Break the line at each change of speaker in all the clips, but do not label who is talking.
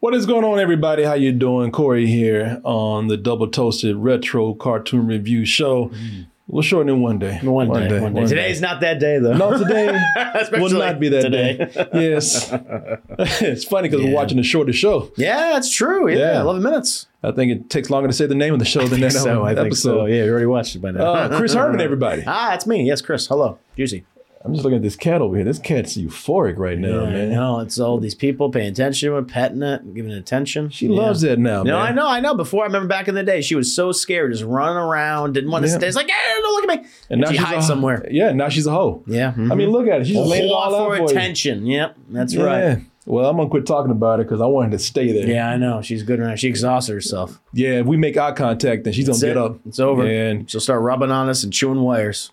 What is going on, everybody? How you doing? Corey here on the Double Toasted Retro Cartoon Review Show. We'll shorten it one day.
Mm-hmm. One, day, one day.
one day.
Today's not that day though.
No, today will
Especially
not be that
today.
day. Yes. it's funny because we're
Yeah.
watching the shorter show.
Yeah, that's true. Yeah,
Yeah.
eleven minutes.
I think it takes longer to say the name of the show than that
so I
episode.
think so. Yeah, we already watched it by now.
Uh, Chris Herman, everybody.
ah, it's me. Yes, Chris. Hello, Juicy.
I'm just looking at this cat over here. This cat's euphoric right now,
I
man.
know it's all these people paying attention, we're petting it, giving it attention.
She loves it now,
No,
man.
I know, I know. Before I remember back in the day, she was so scared, just running around, didn't want to
Yeah.
stay. It's like, hey, don't look at me. And, she
she's
hides
a-
somewhere.
Yeah, now she's a hoe.
Yeah. hmm. Oh,
I mean, look at it. She's just laid it all out
for
for you.
attention. Yep, that's
Yeah.
right.
Well, I'm gonna quit talking about it because I wanted to stay there.
Yeah, I know. She's good around. She exhausts herself.
Yeah, if we make eye contact, then she's
That's
gonna
it.
get up.
It's over.
And
She'll start rubbing on us and chewing wires.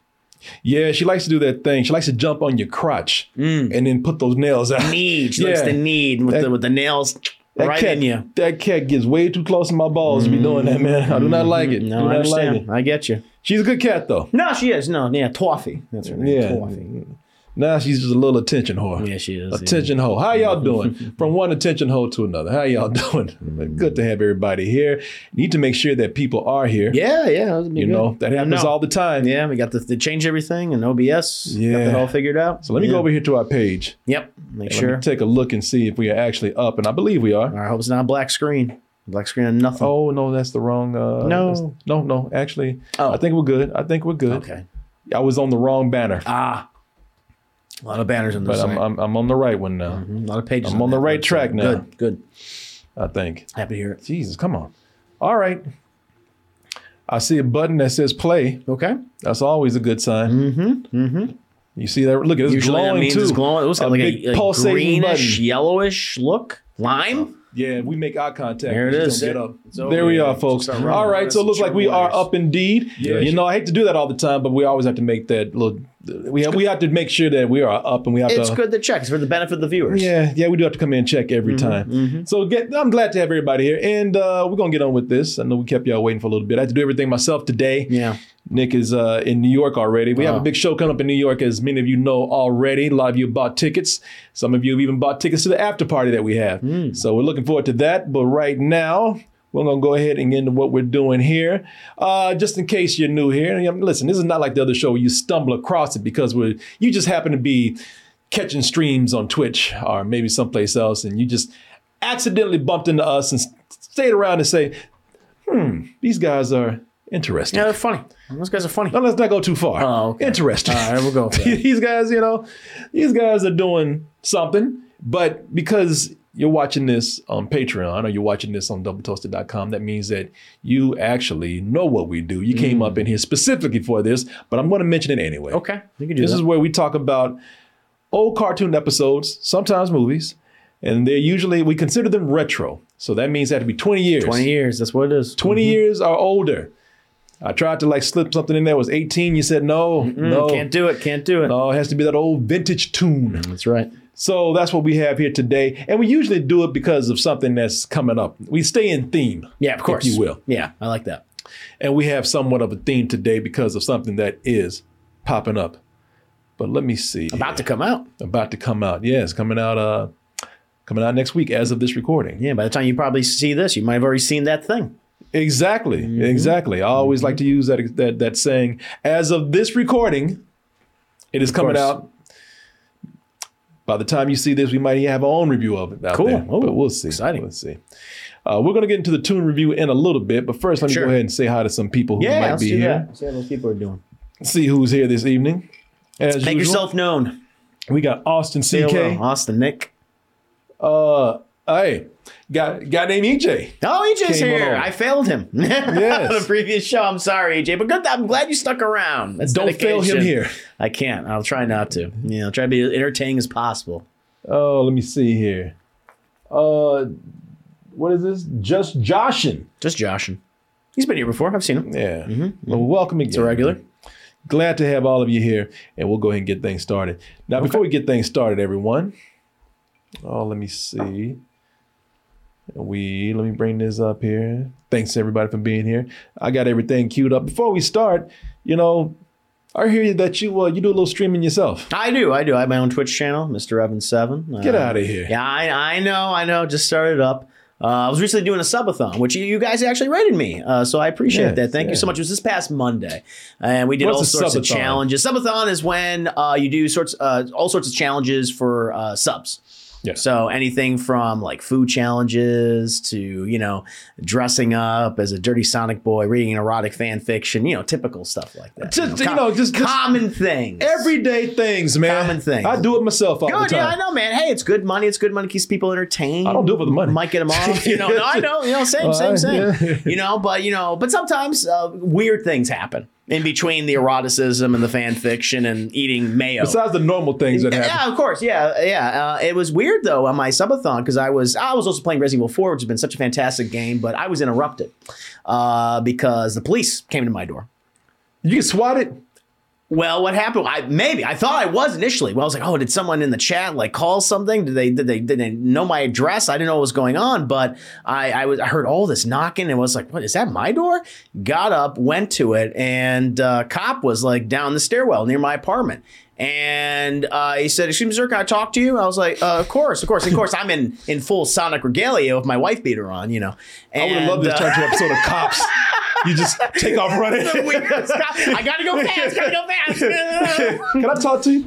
yeah, she likes to do that thing. She likes to jump on your crotch
Mm.
and then put those nails out.
need. She likes
Yeah.
the need with
That-
the with the nails
That
right
cat,
in you.
That cat gets way too close to my balls to be doing that, man. I do not like it.
No,
do
I
not like it.
understand. I get you.
She's a good cat though.
No, she is. No, yeah, Toffee. That's her name.
Yeah.
Toffee.
Now she's just a little attention whore.
Yeah, she is. yeah.
Attention hoe. How y'all doing? From one attention hoe to another. How y'all doing? Good to have everybody here. Need to make sure that people are here.
Yeah, yeah. that would be
You
good.
know, that
I
happens
know.
all the time.
Yeah, we got the, the change everything and OBS. Yeah.
Yeah.
Got that all figured out.
So let me
Yeah.
go over here to our page.
Yep. Make
Let me
sure.
take a look and see if we are actually up, and I believe we are.
All right, hope it's not a black screen. Black screen and nothing.
Oh no, that's the wrong. Uh,
No.
that's- no, no. Actually,
Oh.
I think we're good. I think we're good.
Okay.
I was on the wrong banner,
Ah. A lot of banners on this
but I'm,
site.
I'm I'm on the right one now.
a lot of pages.
I'm on the
that
right
website.
track now.
Good, good.
I think.
Happy to hear it.
Jesus, come on. All right. I see a button that says play.
Okay.
That's always a good sign. Mm-hmm. Mm-hmm. You see that? Look, it's
Usually
glowing
that means
too.
it's glowing. It looks
a
like
big
a, a
pulsating
greenish,
button. Oh.
yellowish look. Lime.
Yeah, we make eye contact.
There it
She's
is.
gonna Get up.
It's over.
There we
Yeah,
are,
it's
folks.
start running.
All right, so it looks like we are up indeed.
Yeah.
You know, I hate to do that all the time, but we always have to make that little. We have we have to make sure that we are up and we have
It's
to.
good to check. It's for the benefit of the viewers.
Yeah, yeah, we do have to come in and check every time. So get, I'm glad to have everybody here, and uh, we're gonna get on with this. I know we kept y'all waiting for a little bit. I had to do everything myself today.
Yeah.
Nick is uh, in New York already. We have a big show coming up in New York, as many of you know already. A lot of you bought tickets. Some of you have even bought tickets to the after party that we have. So we're looking forward to that. But right now, we're going to go ahead and get into what we're doing here. Uh, just in case you're new here, and, um, listen, this is not like the other show where you stumble across it because we're, you just happen to be catching streams on Twitch or maybe someplace else, and you just accidentally bumped into us and s- stayed around and say, hmm, these guys are interesting.
Yeah, they're funny. Those guys are funny.
No, let's not go too far.
Oh, okay.
Interesting.
All right, we'll go with that.
these guys, you know, these guys are doing something, but because you're watching this on Patreon or you're watching this on doubletoasted.com, that means that you actually know what we do. You came up in here specifically for this, but I'm going to mention it anyway.
Mm. Okay. You can do
This
that.
is where we talk about old cartoon episodes, sometimes movies, and they're usually, we consider them retro. So that means they have to be 20 years.
20 years. Mm-hmm. That's what it is.
20 years or older. I tried to like slip something in there. It was 18. You said no, no.
Can't do it. Can't do it. Mm-hmm.
No, it has to be that old vintage tune.
That's right.
So that's what we have here today. And we usually do it because of something that's coming up. We stay in theme.
Yeah, of course.
If you will.
Yeah, I like that.
And we have somewhat of a theme today because of something that is popping up. But let me see.
About to come out.
About to come out. Yes, coming out uh coming out next week as of this recording.
Yeah, by the time you probably see this, you might have already seen that thing.
Exactly.
Mm-hmm.
Exactly. I always like to use that, that that saying. As of this recording, it is coming
course.
out. By the time you see this, we might have our own review of it out
Cool.
there.
Oh,
but we'll see.
exciting.
We'll see. Uh, we're going to get into the tune review in a little bit, but first, let me
Sure.
go ahead and say hi to some people who
Yeah,
might
let's
be
do
here.
that. See how those people are doing.
See who's here this evening. As
Make
usual.
yourself known.
We got Austin
Farewell,
CK.
Austin Nick.
Uh, hey, got E guy named EJ.
Oh, EJ's
Came
here.
on.
I failed him.
Yes.
the previous show. I'm sorry, EJ, but good. I'm glad you stuck around. That's
Don't fail him
dedication.
here.
I can't. I'll try not to. Yeah, I'll try to be as entertaining as possible.
Oh, let me see here. Uh, what is this? Just Joshin.
Just joshing. He's been here before. I've seen him.
Yeah. Well, welcome again. It's
Mm-hmm. A regular.
Glad to have all of you here, and we'll go ahead and get things started. Now, before we get things started, everyone. Oh, let me see. We let me bring this up here. Thanks everybody for being here. I got everything queued up. Before we start, you know, I hear that you uh, you do a little streaming yourself.
I do. I do. I have my own Twitch channel, Mr. Evan Seven. Uh,
Get out of here.
Yeah, I, I know. I know. Just started up. Uh, I was recently doing a subathon, which you, you guys actually rated me, uh, so I appreciate
Yes,
that. Thank you
yeah.
so much. It was this past Monday, and we did
What's
all
a
sorts of
subathon?
challenges. Subathon is when uh, you do sorts uh, all sorts of challenges for uh, subs.
Yeah.
So anything from like food challenges to you know dressing up as a dirty Sonic boy, reading erotic fan fiction, you know, typical stuff like that.
Just, you know, just- just-
common things.
Everyday things, man.
Common things.
I do it myself all the
Good,
time.
yeah, I know, man. Hey, it's good money. It's good money. Keeps people entertained.
I don't do it for the money.
Might get them off. You know, no, I know. You know, same, same,
Well,
same.
yeah.
You know, but you know, but sometimes uh, weird things happen in between the eroticism and the fan fiction and eating mayo.
Besides the normal things that happen.
Yeah, of course. Yeah, yeah. Uh, it was weird though on my subathon because I was I was also playing Resident Evil Four, which has been such a fantastic game, but I was interrupted uh, because the police came to my door.
You get swatted.
Well, what happened? I maybe I thought I was initially. Well, I was like, oh, did someone in the chat like call something? Did they did they did they know my address? I didn't know what was going on, but I I, was, I heard all this knocking and was like, what is that? My door? Got up, went to it, and uh, cop was like down the stairwell near my apartment. And uh, he said, "Excuse me, sir, can I talk to you?" I was like, uh, "Of course, of course, of course." I'm in in full Sonic regalia with my wife beater on, you know.
I would
And,
have loved this
uh,
turn to episode of Cops. You just take off running.
the weirdest- uh, I gotta go fast. Gotta go fast.
Can I talk to you?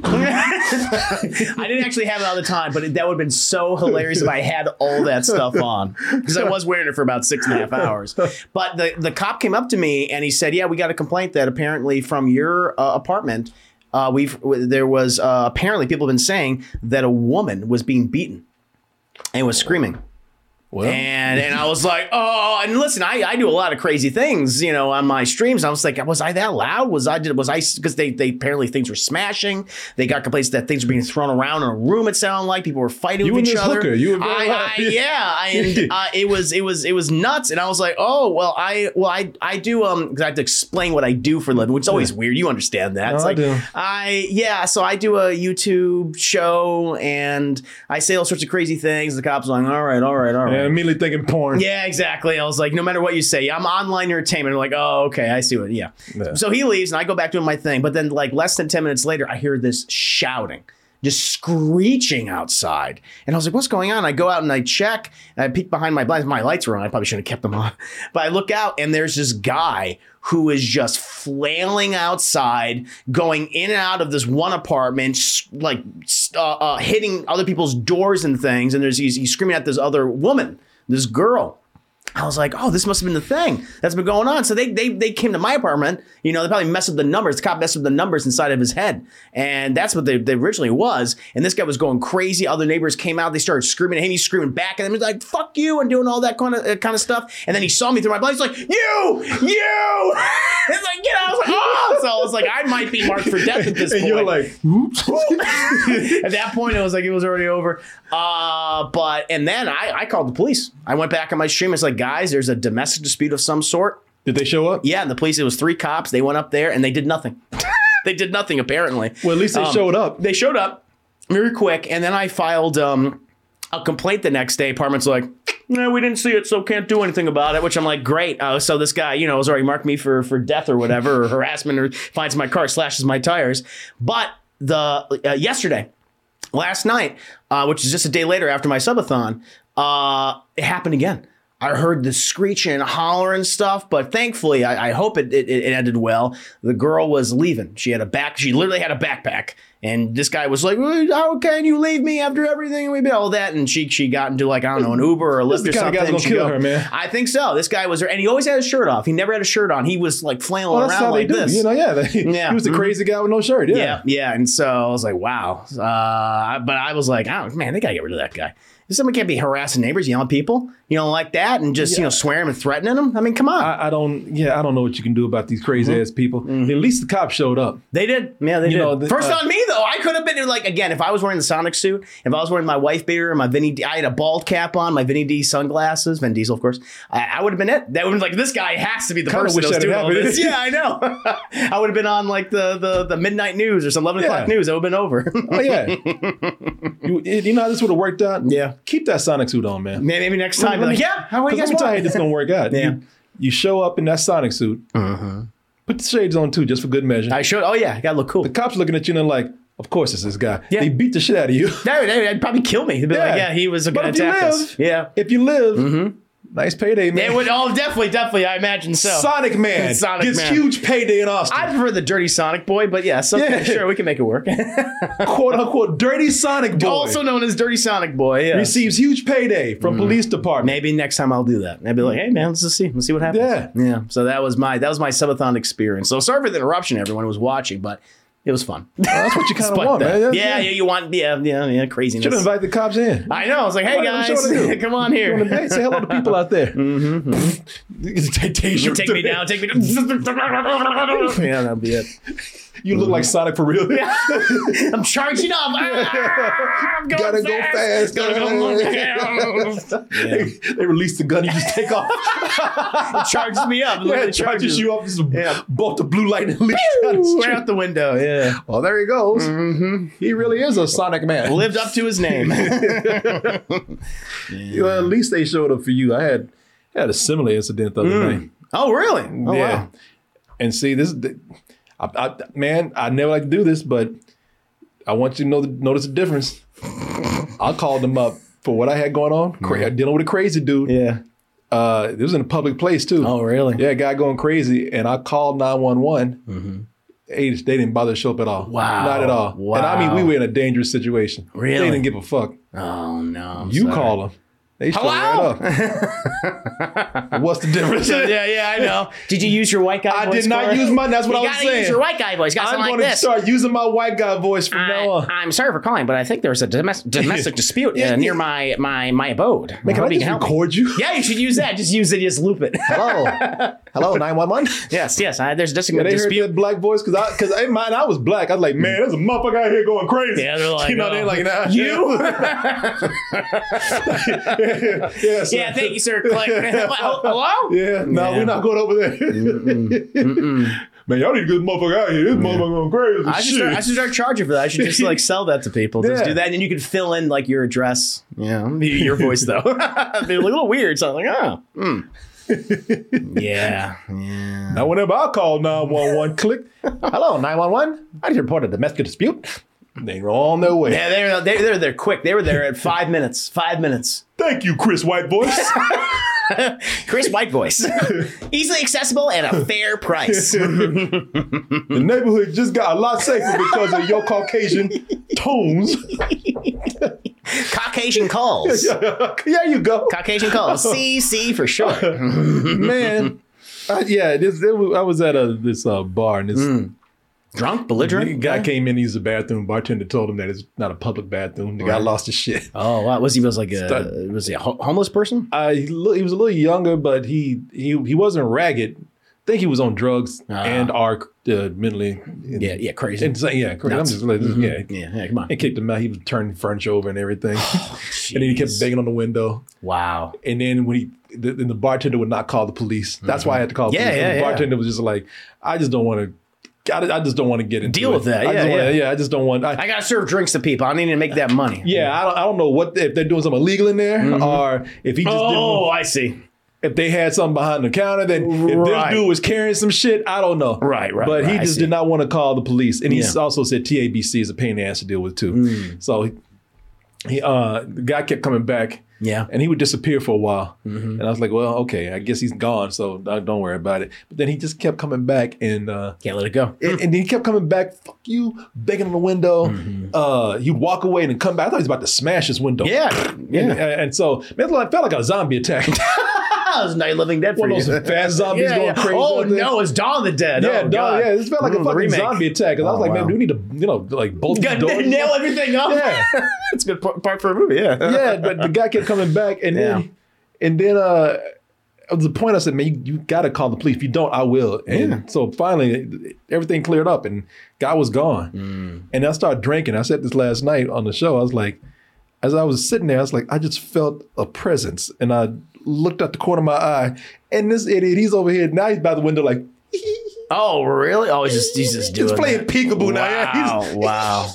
I didn't actually have it all the time, but it, that would have been so hilarious if I had all that stuff on because I was wearing it for about six and a half hours. But the, the cop came up to me and he said, "Yeah, we got a complaint that apparently from your uh, apartment, uh, we've w- there was uh, apparently people have been saying that a woman was being beaten and was screaming."
Well,
And and I was like, oh, and listen, I, I do a lot of crazy things, you know, on my streams. I was like, was I that loud? Was I did was I because they they apparently things were smashing. They got complaints that things were being thrown around in a room. It sounded like people were fighting
You
with
and
each
this
other.
hooker, you were very
I, I,
loud.
yeah, I, and, uh, it was it was it was nuts. And I was like, oh well, I well I I do um because I have to explain what I do for a living, which is always weird. You understand that? it's
I
like
do.
I yeah, so I do a YouTube show and I say all sorts of crazy things. The cops are like, all right, all right, all right.
and immediately thinking porn.
Yeah, exactly. I was like, no matter what you say, I'm online entertainment. I'm like, oh, okay, I see what. Yeah.
Yeah.
So he leaves, and I go back doing my thing. But then, like less than ten minutes later, I hear this shouting, just screeching outside, and I was like, what's going on? I go out and I check, and I peek behind my blinds. My lights were on. I probably shouldn't have kept them on, but I look out, and there's this guy who is just flailing outside, going in and out of this one apartment, s- like s- uh, uh, hitting other people's doors and things. And there's he's, he's screaming at this other woman, this girl. I was like, oh, this must have been the thing that's been going on. So they they they came to my apartment. You know, they probably messed up the numbers. The cop messed up the numbers inside of his head, and that's what they, they originally was. And this guy was going crazy. Other neighbors came out. They started screaming at him. He's screaming back at them. He's like, "Fuck you!" and doing all that kind of uh, kind of stuff. And then he saw me through my blinds. He's like, "You, you!" It's like, get out! I was like, oh! So I was like, I might be marked for death at this
And
point
you're like, oops.
at that point, it was like it was already over. Uh, but and then I, I called the police. I went back on my stream. It's like, guys, there's a domestic dispute of some sort.
Did they show up?
Yeah, and the police. It was three cops. They went up there and they did nothing. they did nothing apparently.
Well, at least they
Um,
showed up.
They showed up very quick, and then I filed um, a complaint the next day. Apartment's like, no, we didn't see it, so can't do anything about it. Which I'm like, great. Oh, so this guy, you know, has already marked me for for death or whatever, or harassment, or finds my car, slashes my tires. But the uh, yesterday, last night, uh, which is just a day later after my subathon, uh, it happened again. I heard the screeching and hollering stuff, but thankfully, I, I hope it, it, it ended well. The girl was leaving. She had a back. She literally had a backpack, And this guy was like, "Well, "How can you leave me after everything we did all that?" And she she got into like I don't know an Uber or a
This
Lyft
is the
or
kind of guy
something.
that's gonna
and she
kill
go-
her, man.
I think so. This guy was there, and he always had his shirt off. He never had a shirt on. He was like flailing
Well, that's
around
how
like
they do.
this.
You know, yeah. They,
Yeah.
He was the
Mhm.
crazy guy with no shirt. Yeah.
Yeah, yeah. And so I was like, wow. Uh, I- but I was like, oh, man, they gotta get rid of that guy. Someone can't be harassing neighbors, yelling at people, you know, like that, and just you know swearing them and threatening them. I mean, come on,
I, I don't. Yeah, I don't know what you can do about these crazy
Mm-hmm.
ass people. At least the cop showed up.
they did. Yeah, they
You
did.
know, the-
First
uh,
on me though, I could have been like again if I was wearing the Sonic suit, if I was wearing my wife beater and my Vinny, D, I had a bald cap on, my Vinny D sunglasses, Vin Diesel of course. I, I would have been it. That would have been like this guy has to be the
Kinda
person
wish
that was
that had
doing all
happened.
this. Yeah, I know. I would have been on like the the the midnight news or some eleven o'clock
Yeah.
news. That would have been over.
Oh yeah. you, you know how this would have worked out?
Yeah.
Keep that Sonic suit on, man.
Maybe next time, be
Let
like,
me-
yeah, how are you
'cause Let
guys?
me tell you
want-
how this gonna work out.
Yeah.
You, you show up in that Sonic suit. Put the shades on too, just for good measure.
Uh-huh. I showed. Oh yeah, I gotta look cool.
the cops looking at you and they're like, "Of course it's this guy."
Yeah.
They beat the shit out of you.
That would, that would- that'd probably kill me. They'd be like, yeah, he was
But
gonna
if you
attack us.
live-
Yeah,
If you live, nice payday, man.
it Mm-hmm. would. Oh, definitely, definitely. I imagine so.
Sonic Man
Sonic
gets
Man.
huge payday in Austin.
I prefer the dirty Sonic boy, but yeah, so
Yeah.
sure we can make it work.
quote unquote dirty Sonic boy
also known as Mm. Dirty Sonic Boy. Yeah.
receives huge payday from police department.
Maybe next time I'll do that. And I'd be like, hey man, let's just see. Let's see what happens.
Yeah.
Yeah. So that was my that was my subathon experience. So sorry for the interruption, everyone who was watching, but it was fun.
That's what you kind of
But
want,
that-
man.
yeah, yeah, you want yeah, yeah, yeah, craziness.
Should invite the cops in.
I know. I was like, hey
What- what should I
guys,
do?
come on
You wanna-
here.
Hey, say hello to people out there. Take- take your-
Take me down, take me down. yeah, that'll be it.
You look like Sonic for real.
I'm charging up. Ah, I'm going
Gotta go fast.
Gotta go fast. yeah.
They, they release the gun, you just take off.
It charges me up.
yeah, it charges you up. This
Yeah.
bolt of blue lightning leaps down the
Right
street.
out the window. Yeah.
Well, there he goes. He really is a Sonic man.
Lived up to his name.
Well, at least they showed up for you. I had had a similar incident the other night.
oh, really? Oh,
yeah.
wow.
And see, this, th- I, I, man, I never like to do this, but I want you to know the, notice the difference. I called them up for what I had going on. Cra- Dealing with a crazy dude.
Yeah.
Uh, it was in a public place too.
Oh, really?
Yeah, guy going crazy, and I called nine one one. They just- they didn't bother to show up at all.
Mm-hmm. Wow.
not at all. And I mean, we
Wow.
were in a dangerous situation.
Really?
they didn't give a fuck.
Oh, no. I'm
you
sorry.
call them. They show
Hello?
right up. What's the difference?
Yeah, yeah, I know. Did you use your white guy
I
voice?
did not
for it?
use mine. That's what
You
I was
gotta
saying.
use your white guy voice. You gotta
I'm
sound like
going to
this.
start using my white guy voice from now on.
I, am sorry for calling, but I think there's a domestic, domestic dispute uh, near my my my abode.
Man, can I
Hope you
just
help me.
record you?
Yeah, you should use that. Just use it. Just loop it.
Hello, hello, nine one one.
yes, yes. I, there's just a
Yeah, they
dispute.
heard that black voice because I because in mine I was black. I was like, man, there's a motherfucker out here going crazy.
Yeah, they're like,
you know,
"Oh,
they're like, nah,
you?
yeah, so-
yeah, thank you, sir. Click. Hello?
Yeah, no,
Yeah.
we're not going over there. Man, y'all need a good motherfucker out here. This motherfucker going crazy.
I should, start, I
Shit.
should start charging for that. I should just like sell that to people. Just
Yeah.
do that, and then you can fill in like your address. Yeah, your voice though. They're a little weird. So I'm like, oh, hmm. yeah, yeah.
Now, whenever I call 911, click, hello, 911. I just reported a domestic dispute. They were on their way.
Yeah, they're they're they're there quick. They were there at five minutes. Five minutes.
Thank you, Chris White Voice.
Chris White voice, easily accessible at a fair price.
the neighborhood just got a lot safer because of your Caucasian tones.
Caucasian calls.
there you go.
Caucasian calls. CC for sure.
Man. I, yeah, this, it was, I was at a, this uh, bar and this
Mm. Drunk,
The
belligerent.
guy came in, he's a bathroom. Bartender told him that it's not a public bathroom. The guy
Right.
lost his shit.
Oh, wow. was he was like a
Stud.
was he a ho- homeless person?
Uh, he, lo- he was a little younger, but he he he wasn't ragged. I think he was on drugs
Ah.
and are uh, mentally
Yeah, yeah, crazy.
insane. Yeah, correct. I'm
Nuts. Mm-hmm.
just like, yeah.
yeah, yeah, come on.
They kicked him out. He was turning furniture over and everything.
Oh,
and then he kept banging on the window.
Wow.
And then when he, the, then the bartender would not call the police. That's why I had to call. The
Yeah,
police.
yeah,
the
yeah.
bartender was just like, I just don't want to. I, I just don't want to get into
Deal
it.
with that.
I
Yeah,
just wanna-
yeah.
yeah. I just don't want. I,
I gotta serve drinks to people. I need to make that money.
Yeah, I don't, I don't know what if they're doing something illegal in there
Mm-hmm.
or if he just
Oh, I see.
didn't, if they had something behind the counter. Then if
Right.
this dude was carrying some shit, I don't know.
Right, right,
But he
right, I
just
see.
did not want to call the police, and he
Yeah. Mm.
also said TABC is a pain in the ass to deal with too. So he, he uh, the guy kept coming back.
Yeah. Mm-hmm.
and he would disappear for a while. And I was like, well, okay, I guess he's gone, so uh, don't worry about it. But then he just kept coming back, and uh,
Can't let it go.
and, and he kept coming back. Fuck you, banging on the window.
Mm-hmm.
Uh, he'd walk away and then come back. I thought he was about to smash his window.
Yeah.
And,
Yeah.
and so man, it felt like a zombie attack.
I was night living dead for
One of
you.
those fast zombies
Yeah,
going
yeah.
crazy.
Oh
out there.
no, it's Dawn of the Dead.
Yeah,
oh,
no,
God.
yeah, it felt like
Mm,
a
the
fucking
remake.
zombie attack. 'Cause I was
Oh,
like, man,
wow.
do we need to, you know, like bolt the
God,
doors?
nail everything up.
Yeah.
it's a good par- part for a movie. Yeah.
yeah, but the guy kept coming back, and then, and then, uh, at the point I said, man, you, you got to call the police. If you don't, I will. And
Yeah.
so finally, everything cleared up, and guy was gone. And I started drinking. I said this last night on the show. I was like, as I was sitting there, I was like, I just felt a presence, and I looked out the corner of my eye, and this idiot, he's over here now. He's by the window, like.
Oh, really? Oh, he's just he's just doing.
He's playing
that.
peekaboo
wow,
now. Yeah, he's-
wow.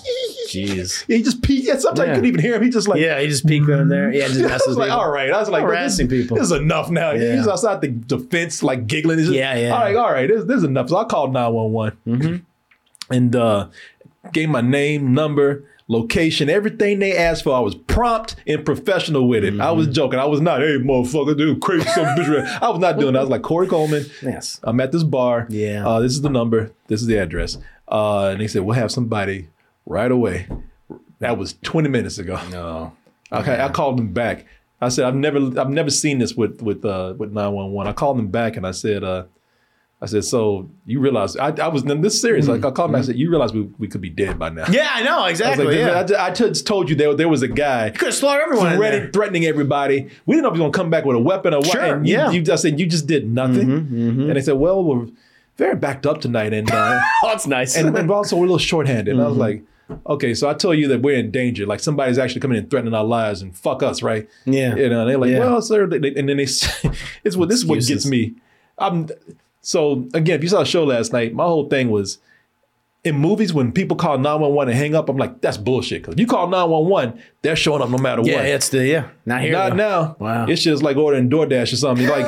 Jeez.
He just peeked. Yeah, sometimes you
Yeah.
couldn't even hear him. He just like
Yeah, he just peeked in there. Yeah, just
I was
messes
like,
people.
all right. I was like, this,
Harassing people.
this is enough now.
Yeah.
He's outside the, the fence, like giggling. He's just-
Yeah, yeah. Mm-hmm.
All right, all right. This, this is enough. So I called 911 and uh, gave my name, number, location, everything they asked for. I was prompt and professional with it. I was
Mm-hmm.
joking. I was not, hey, motherfucker, dude, crazy some bitch. I was not doing that. I was like, Corey Coleman.
Yes.
I'm at this bar.
Yeah.
Uh, this is the number. This is the address. Uh, and they said, we'll have somebody right away. That was 20 minutes ago.
No.
Okay, I called them back. I said, I've never, I've never seen this with with uh, with nine one one. I called them back and I said, uh, I said, so you realize I, I was this serious. Like I called them, I said, you realize we, we could be dead by now.
Yeah, I know
I was
Mm-hmm. exactly.
like,
yeah.
I, ju- I just told you there there was a guy.
could have slaughtered everyone. in
Threatening,
there.
threatening everybody. We didn't know if he was gonna come back with a weapon or what.
Sure,
and you,
yeah. Mm-hmm,
You, I said you just did nothing. And they said, well, we're very backed up tonight, and uh,
Oh, that's nice.
and, and also we're a little shorthanded. And I was like,
Mm-hmm.
okay, so I tell you that we're in danger. Like somebody's actually coming in and threatening our lives and fuck us, right?
Yeah.
You know, and they're like,
Yeah.
well, sir, they, they- and then they, s- it's what this is what gets
Excuses.
me. I'm so again, if you saw the show last night, my whole thing was. In movies, when people call 911 and hang up, I'm like, that's bullshit. Because if you call 911, they're showing up no matter
yeah,
what.
it's the yeah. Not here.
Not
though.
now.
Wow.
It's just like ordering DoorDash or something. Like,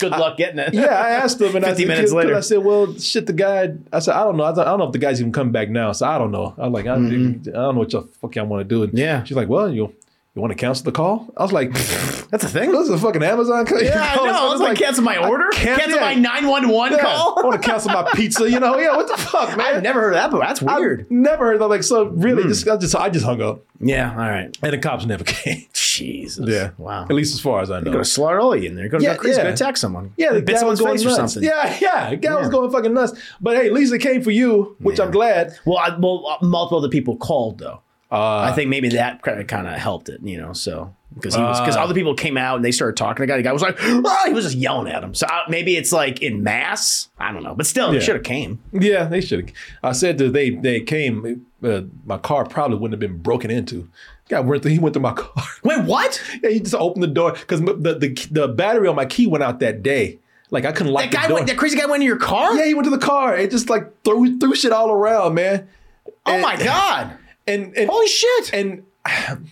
Good luck getting it.
yeah, I asked him, and I
50
said,
minutes
"Kid, kid,"
later.
I said, "Well, shit, the guy." I said, "I don't know. I, thought- I don't know if the guy's even come back now." So I don't know. I was like, "I, I don't know what y'all fuck y'all want to do." And
Mm-hmm. Yeah.
she's like, "Well, you you want to cancel the call?" I was like, "This
That's a thing.
is a fucking Amazon." Call.
Yeah, I know. I was Oh, like, cancel my order.
can't-
Cancel
yeah.
my nine one one
yeah, I
call.
want to cancel my pizza. You know? Yeah, what the fuck, man?
I've never heard of that, but that's
I
weird. Mm.
never heard of like so. Really, just I just I just hung up,
yeah. All right.
and the cops never came.
Jesus.
Yeah,
Wow.
At least as far as I know.
Could have slaughtered all of you in there. Could
Yeah,
have got crazy.
yeah.
Could attack someone.
Yeah, the
Could've bit
guy was
someone's
going
face
nuts.
or something.
Yeah, yeah, the guy was
Yeah.
going fucking nuts. But hey, at least it came for you, which I'm glad.
Well, I, well, uh, multiple other people called though.
Uh,
I think maybe that kind of kind of helped it, you know. So because he was because other people came out and they started talking to the guy. The guy was like, "Ah," he was just yelling at him. So I, maybe it's like in mass. I don't know, but still,
Yeah.
he should have came.
Yeah, they should. I said that they they came. Uh, my car probably wouldn't have been broken into. Guy went through. He went through my car.
Wait, what?
yeah, he just opened the door because the, the the battery on my key went out that day. Like I couldn't lock
That
the
guy
door.
went. That crazy guy went in your car.
yeah, he went to the car. It just like threw threw shit all around, man.
oh my god!
And and
Holy shit!
and.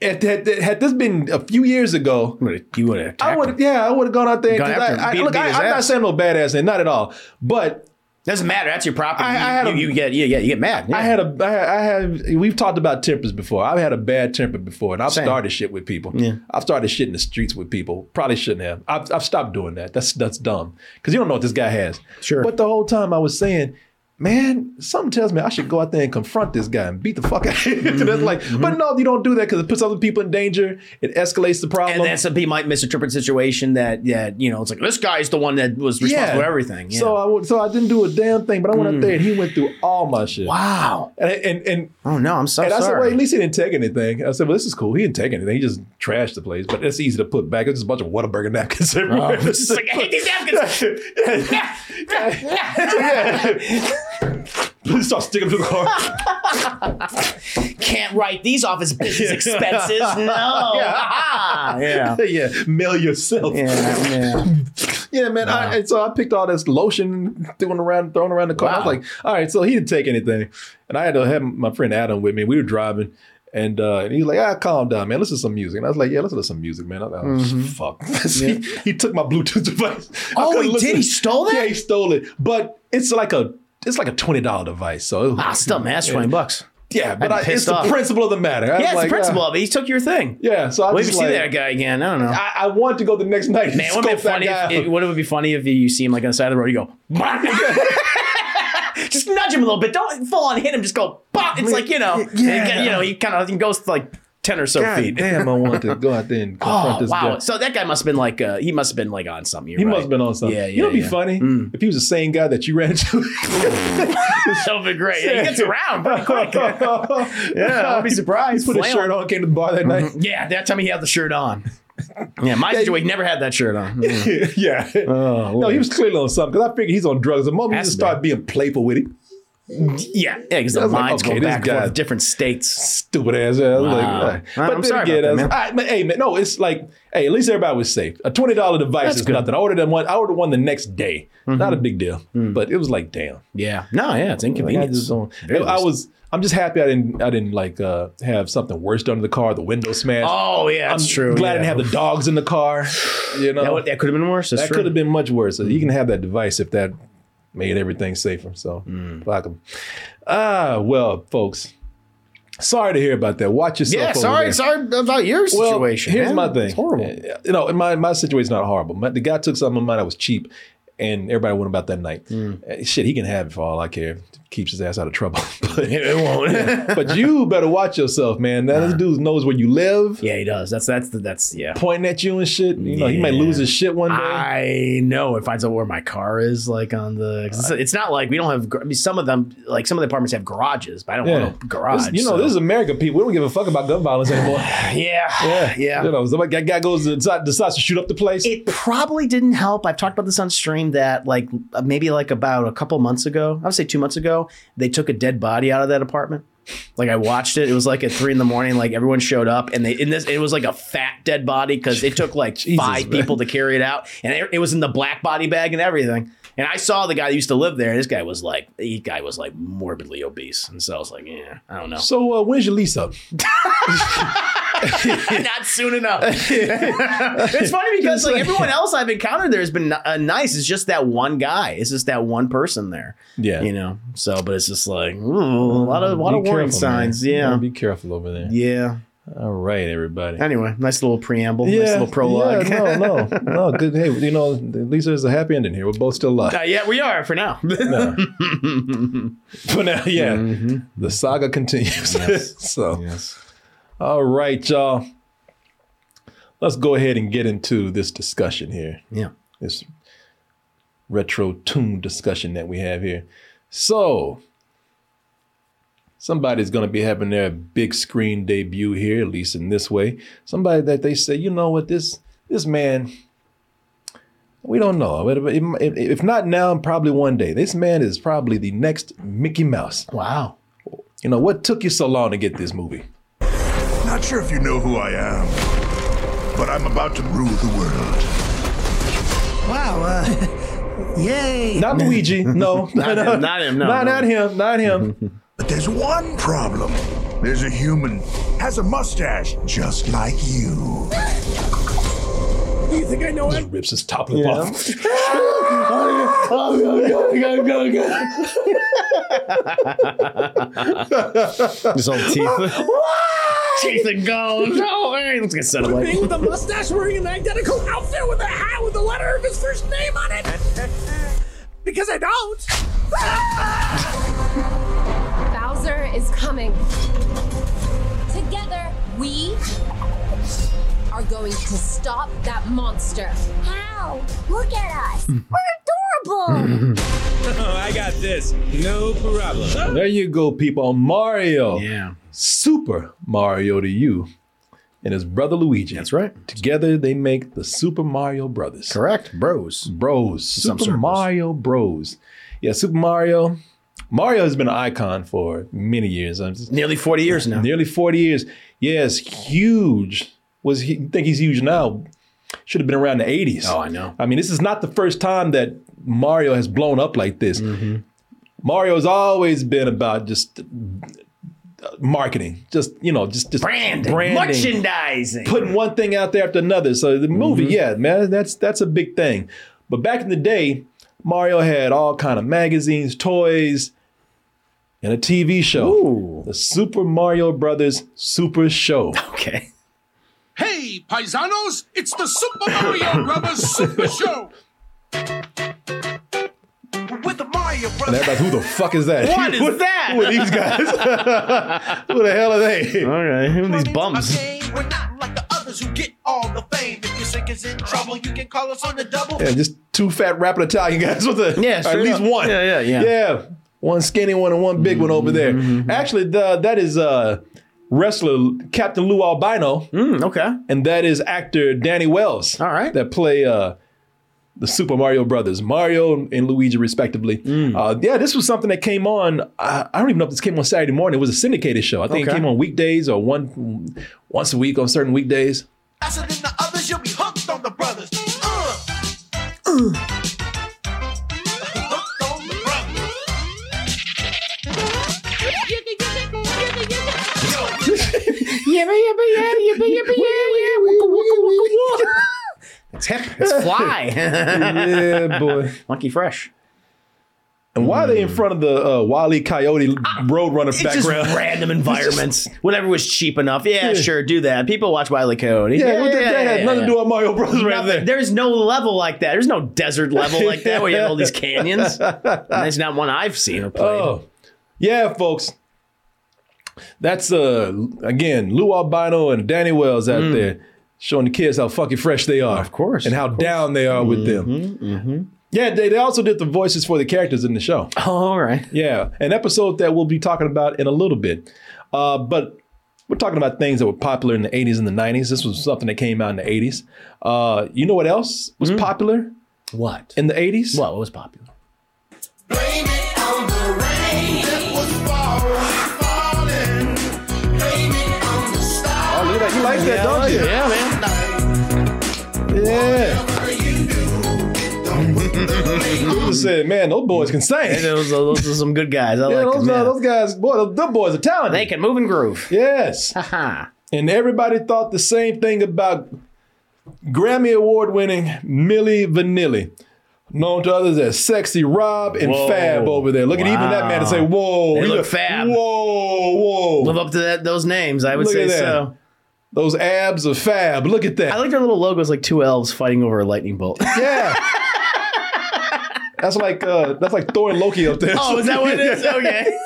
If, had, had this been a few years ago,
you would have.
I would, yeah, I would have gone out there.
Gone
'cause
after him,
I, I,
beat-
look,
beat
I,
his
am not
ass.
saying no badass thing, not at all. But
Doesn't matter. That's your property.
I-
you,
I had a-
you, you get yeah yeah you get mad. Yeah.
I had a, I had, I had, we've talked about tempers before. I've had a bad temper before, and I've
Same.
started shit with people. Yeah. I've started shit in the streets with people. Probably shouldn't have. I've, I've stopped doing that. That's that's dumb because you don't know what this guy has.
Sure.
But the whole time I was saying. Man, something tells me I should go out there and confront this guy and beat the fuck out of him. That's like,
Mm-hmm.
but no, you don't do that because it puts other people in danger. It escalates the problem.
And then some people might misinterpret the situation that that you know it's like this guy's the one that was responsible for everything. Yeah. Mm.
So uh, I would, so I didn't do a damn thing, but I went out there and he went through all my shit.
wow.
And and and,
Oh no, I'm so
and I said,
sorry.
well, at least he didn't take anything. I said, well, this is cool. He didn't take anything. He just trashed the place, but it's easy to put back. It's just a bunch of Whataburger
Oh.
napkins everywhere.
It's just like, I hate these napkins.
Please stop sticking to the car.
Can't write these off as business expenses. No.
Yeah.
yeah. Yeah.
yeah, mail yourself. Yeah,
yeah.
man. I, and so I picked all this lotion, doing around, throwing around the car. I was
Wow.
like, all right. So he didn't take anything, and I had to have my friend Adam with me. We were driving. And, uh, and he was like, ah, calm down, man. Listen to some music. And I was like, yeah, listen to some music, man. I was like, oh, fuck. he, he took my Bluetooth device. I
Mm-hmm. Oh,
couldn't
he did? He stole that?
Yeah, he stole it. But it's like a it's like a twenty dollar device. So it was-
Ah, still, man, that's 20 bucks.
yeah, but I, it's
pissed
the
off.
principle of the matter. I'm
Yeah, it's
like,
the principle
uh,
of it. He took your thing.
yeah, so I
Well, if
just
you see
like,
that guy again, I don't know.
I, I want to go the next night. and
Man, wouldn't it
scope
be
that
funny?
guy
If, it,
out.
wouldn't it be funny if you see him like on the side of the road? You go, "Bah." just nudge him a little bit. Don't full on hit him. Just go, bah. It's like you know, and you
yeah.
get- you know, he kind of he goes like ten or so
God
feet.
damn, I want to go out there and confront
Oh
this
wow!
guy.
So that guy must have been like uh, he must have been like on something. You're
He
right.
must have been on something.
Yeah,
you know,
yeah, Mm.
it'd be
yeah.
funny if he was the same guy that you ran into.
that would be great. Yeah, he gets around pretty quick. yeah, I'd be surprised. Mm-hmm,
Put his
Flailing.
shirt on, came to the bar that night.
Yeah, that time he had the shirt on. Yeah, my situation never had that shirt on. Mm.
yeah.
Oh,
no, he was clearly on something because I figured he's on drugs. The moment he
Has to
just
be.
started being playful with it,
yeah, because
I
the
was like,
lines
okay,
go
this
back and
guy-
forth, different states.
stupid ass. I was like,
Wow.
all right.
I'm
But then
sorry
again,
about
I was,
that,
all right, man, hey man, no, it's like, hey, at least everybody was safe. A twenty dollar device
That's
is
good. Mm-hmm.
nothing. I ordered them one. I ordered one the next day. Not a big deal,
Mm.
but it was like, damn.
Yeah, no, yeah, it's
Like, I
inconvenient.
just don't.
Very
I
least.
was. I'm just happy I didn't. I didn't like uh, have something worse done to the car. The window smashed.
Oh yeah,
I'm
that's true.
Glad I
yeah.
didn't have the dogs in the car. You know
That, would- that could have been worse. That's
that
true.
could have been much worse. You can have that device if that made everything safer. So fuck 'em. Ah, well, folks. Sorry to hear about that. Watch yourself.
yeah,
over
sorry,
there.
sorry about your
Well,
situation.
here's
man.
my thing.
It's horrible.
Yeah, You know, my my situation's not horrible. My, the guy took something of mine that was cheap, and everybody went about that night.
Hmm.
Uh, Shit, he can have it for all I care. Keeps his ass out of trouble. but,
It won't. Yeah.
but you better watch yourself, man. Now, this dude knows where you live.
he does. That's that's the, that's yeah.
Pointing at you and shit. You know, he might lose his shit one day.
I know it finds out where my car is, like on the. 'cause It's, it's not like we don't have. gar- I mean, some of them, like some of the apartments have garages, but I don't
Yeah.
want a garage.
This- you know,
so-
this is American people. We don't give a fuck about gun violence anymore.
yeah, yeah,
You know, somebody that guy goes and deci- decides to shoot up the place.
It probably didn't help. I've talked about this on stream that, like, uh, maybe like about a couple months ago, I would say two months ago, they took a dead body out of that apartment. Like I watched it. It was like at three in the morning. Like everyone showed up, and they in this it was like a fat dead body because it took like five
man.
people to carry it out, and it, it was in the black body bag and everything. And I saw the guy that used to live there. And this guy was like, he guy was like morbidly obese, and so I was like, yeah, I don't know,
so uh, when's your lease up?
not soon enough. it's funny because like everyone else I've encountered there has been uh, nice. It's just that one guy. It's just that one person there.
Yeah.
You know. So, but it's just like ooh, a lot of a lot
Be
of warning
careful, man.
signs. Yeah.
Be careful over there.
Yeah.
All right, everybody.
Anyway, nice little preamble. nice little prologue. Yeah,
Yeah, no, no, no. Good. Hey, you know, at least there's a happy ending here. We're both still alive.
yeah, we are for now.
No. For now, yeah. The saga continues. so, all right, y'all. Let's go ahead and get into this discussion here.
yeah.
this retro tune discussion that we have here. So, somebody's going to be having their big screen debut here, at least in this way. Somebody that they say, you know what, this this man, we don't know. But if- if- If not now, probably one day. This man is probably the next Mickey Mouse.
Wow.
You know what took you so long to get this movie?
Not sure if you know who I am, but I'm about to rule the world.
Wow, uh, yay.
Not Luigi. No,
Not him, not him, no,
not,
no.
not him. Not him.
But there's one problem. There's a human, has a mustache just like you. You think I know him?
Rips his top lip off.
His old teeth. teeth and gold. No way. Let's get set away.
with a mustache wearing an identical outfit with a hat with the letter of his first name on it. because I don't.
Bowser is coming. Together, we are going to stop that monster.
How? Look at us. We're adorable.
I got this. No problem.
There you go, people. Mario.
Yeah.
Super Mario to you and his brother Luigi.
That's right.
Together they make the Super Mario Brothers.
Correct. Bros.
Bros.
some
Super
circles.
Mario Bros. Yeah, Super Mario. Mario has been an icon for many years. I'm just-
Nearly 40 years now.
nearly 40 years. Yes, huge. Was he you think he's huge now? Should have been around the 80s.
Oh, I know.
I mean, this is not the first time that Mario has blown up like this.
Mm-hmm.
Mario has always been about just uh, marketing, just you know, just just
Branding. Merchandising.
putting one thing out there after another. So the
Mm-hmm.
movie, yeah, man, that's that's a big thing. But back in the day, Mario had all kind of magazines, toys, and a TV show.
Ooh.
The Super Mario Brothers Super Show.
Okay.
Hey, paisanos, it's the Super Mario Brothers Super Show. With the Mario
And
Brothers.
everybody's, who the fuck is that?
What is that?
Who are these guys? who the hell are they?
All right. Who are these bums?
We're not like the others who get all the fame. If your sink is in trouble, you can call us on the double.
Yeah, just two fat rapping Italian guys with a or
Yeah,
at
straight
least
up.
one.
Yeah, yeah, yeah. Mm-hmm,
Yeah. One skinny one and one big one over there. Actually, the, that is uh, wrestler Captain Lou Albino,
Mm, okay.
and that is actor Danny Wells.
All right.
That play uh, the Super Mario Brothers, Mario and Luigi, respectively.
Mm.
Uh, yeah, this was something that came on. I, I don't even know if this came on Saturday morning. It was a syndicated show. I think
Okay.
it came on weekdays or one once a week on certain weekdays.
Faster than the others, you'll be hooked on the brothers. Uh. Hooked on the brothers.
It's hip. It's fly.
yeah, boy.
Monkey fresh.
And why are they in front of the uh, Wile E. Coyote Roadrunner
It's Ah, just
background?
random environments. Whatever was cheap enough. Yeah, sure, do that. People watch Wile E. Coyote.
yeah, what the- that had nothing to do with Mario Brothers right
Nothing.
there.
There's no level like that. There's no desert level like that where you have all these canyons. And That's not one I've seen or played.
Oh, yeah, folks. That's uh again Lou Albino and Danny Wells out there showing the kids how fucking fresh they are, of
Mm. course, Mm-hmm,
and how down they are with them. Yeah, they, they also did the voices for the characters in the show.
all right.
Yeah, an episode that we'll be talking about in a little bit. Uh, but we're talking about things that were popular in the 80s and the 90s. This was something that came out in the 80s. Uh, you know what else was popular
What?
in the 80s?
Mm. What was popular?
Blame it on the rain that was falling, falling. Blame it on the stars.
Oh, look at that. You like that, don't you?
Yeah, man.
Yeah. Who said, man, those boys can sing.
And
Yeah,
those, those are some good guys. I like
those, uh,
them. yeah.
those guys, boy, those, them boys are talented.
They can move and groove.
Yes.
Aha.
And everybody thought the same thing about Grammy Award winning Millie Vanilli, known to others as Sexy Rob and
Whoa.
Fab over there. Look at even that man and say, whoa.
They
he
look fab.
Whoa, whoa.
Live up to that those names. I would
Look
say
at that.
so.
those abs are fab. Look at that.
I like their little logos, like two elves fighting over a lightning bolt.
yeah. That's like uh, that's like Thor and Loki up there.
oh, is that what it is? Okay.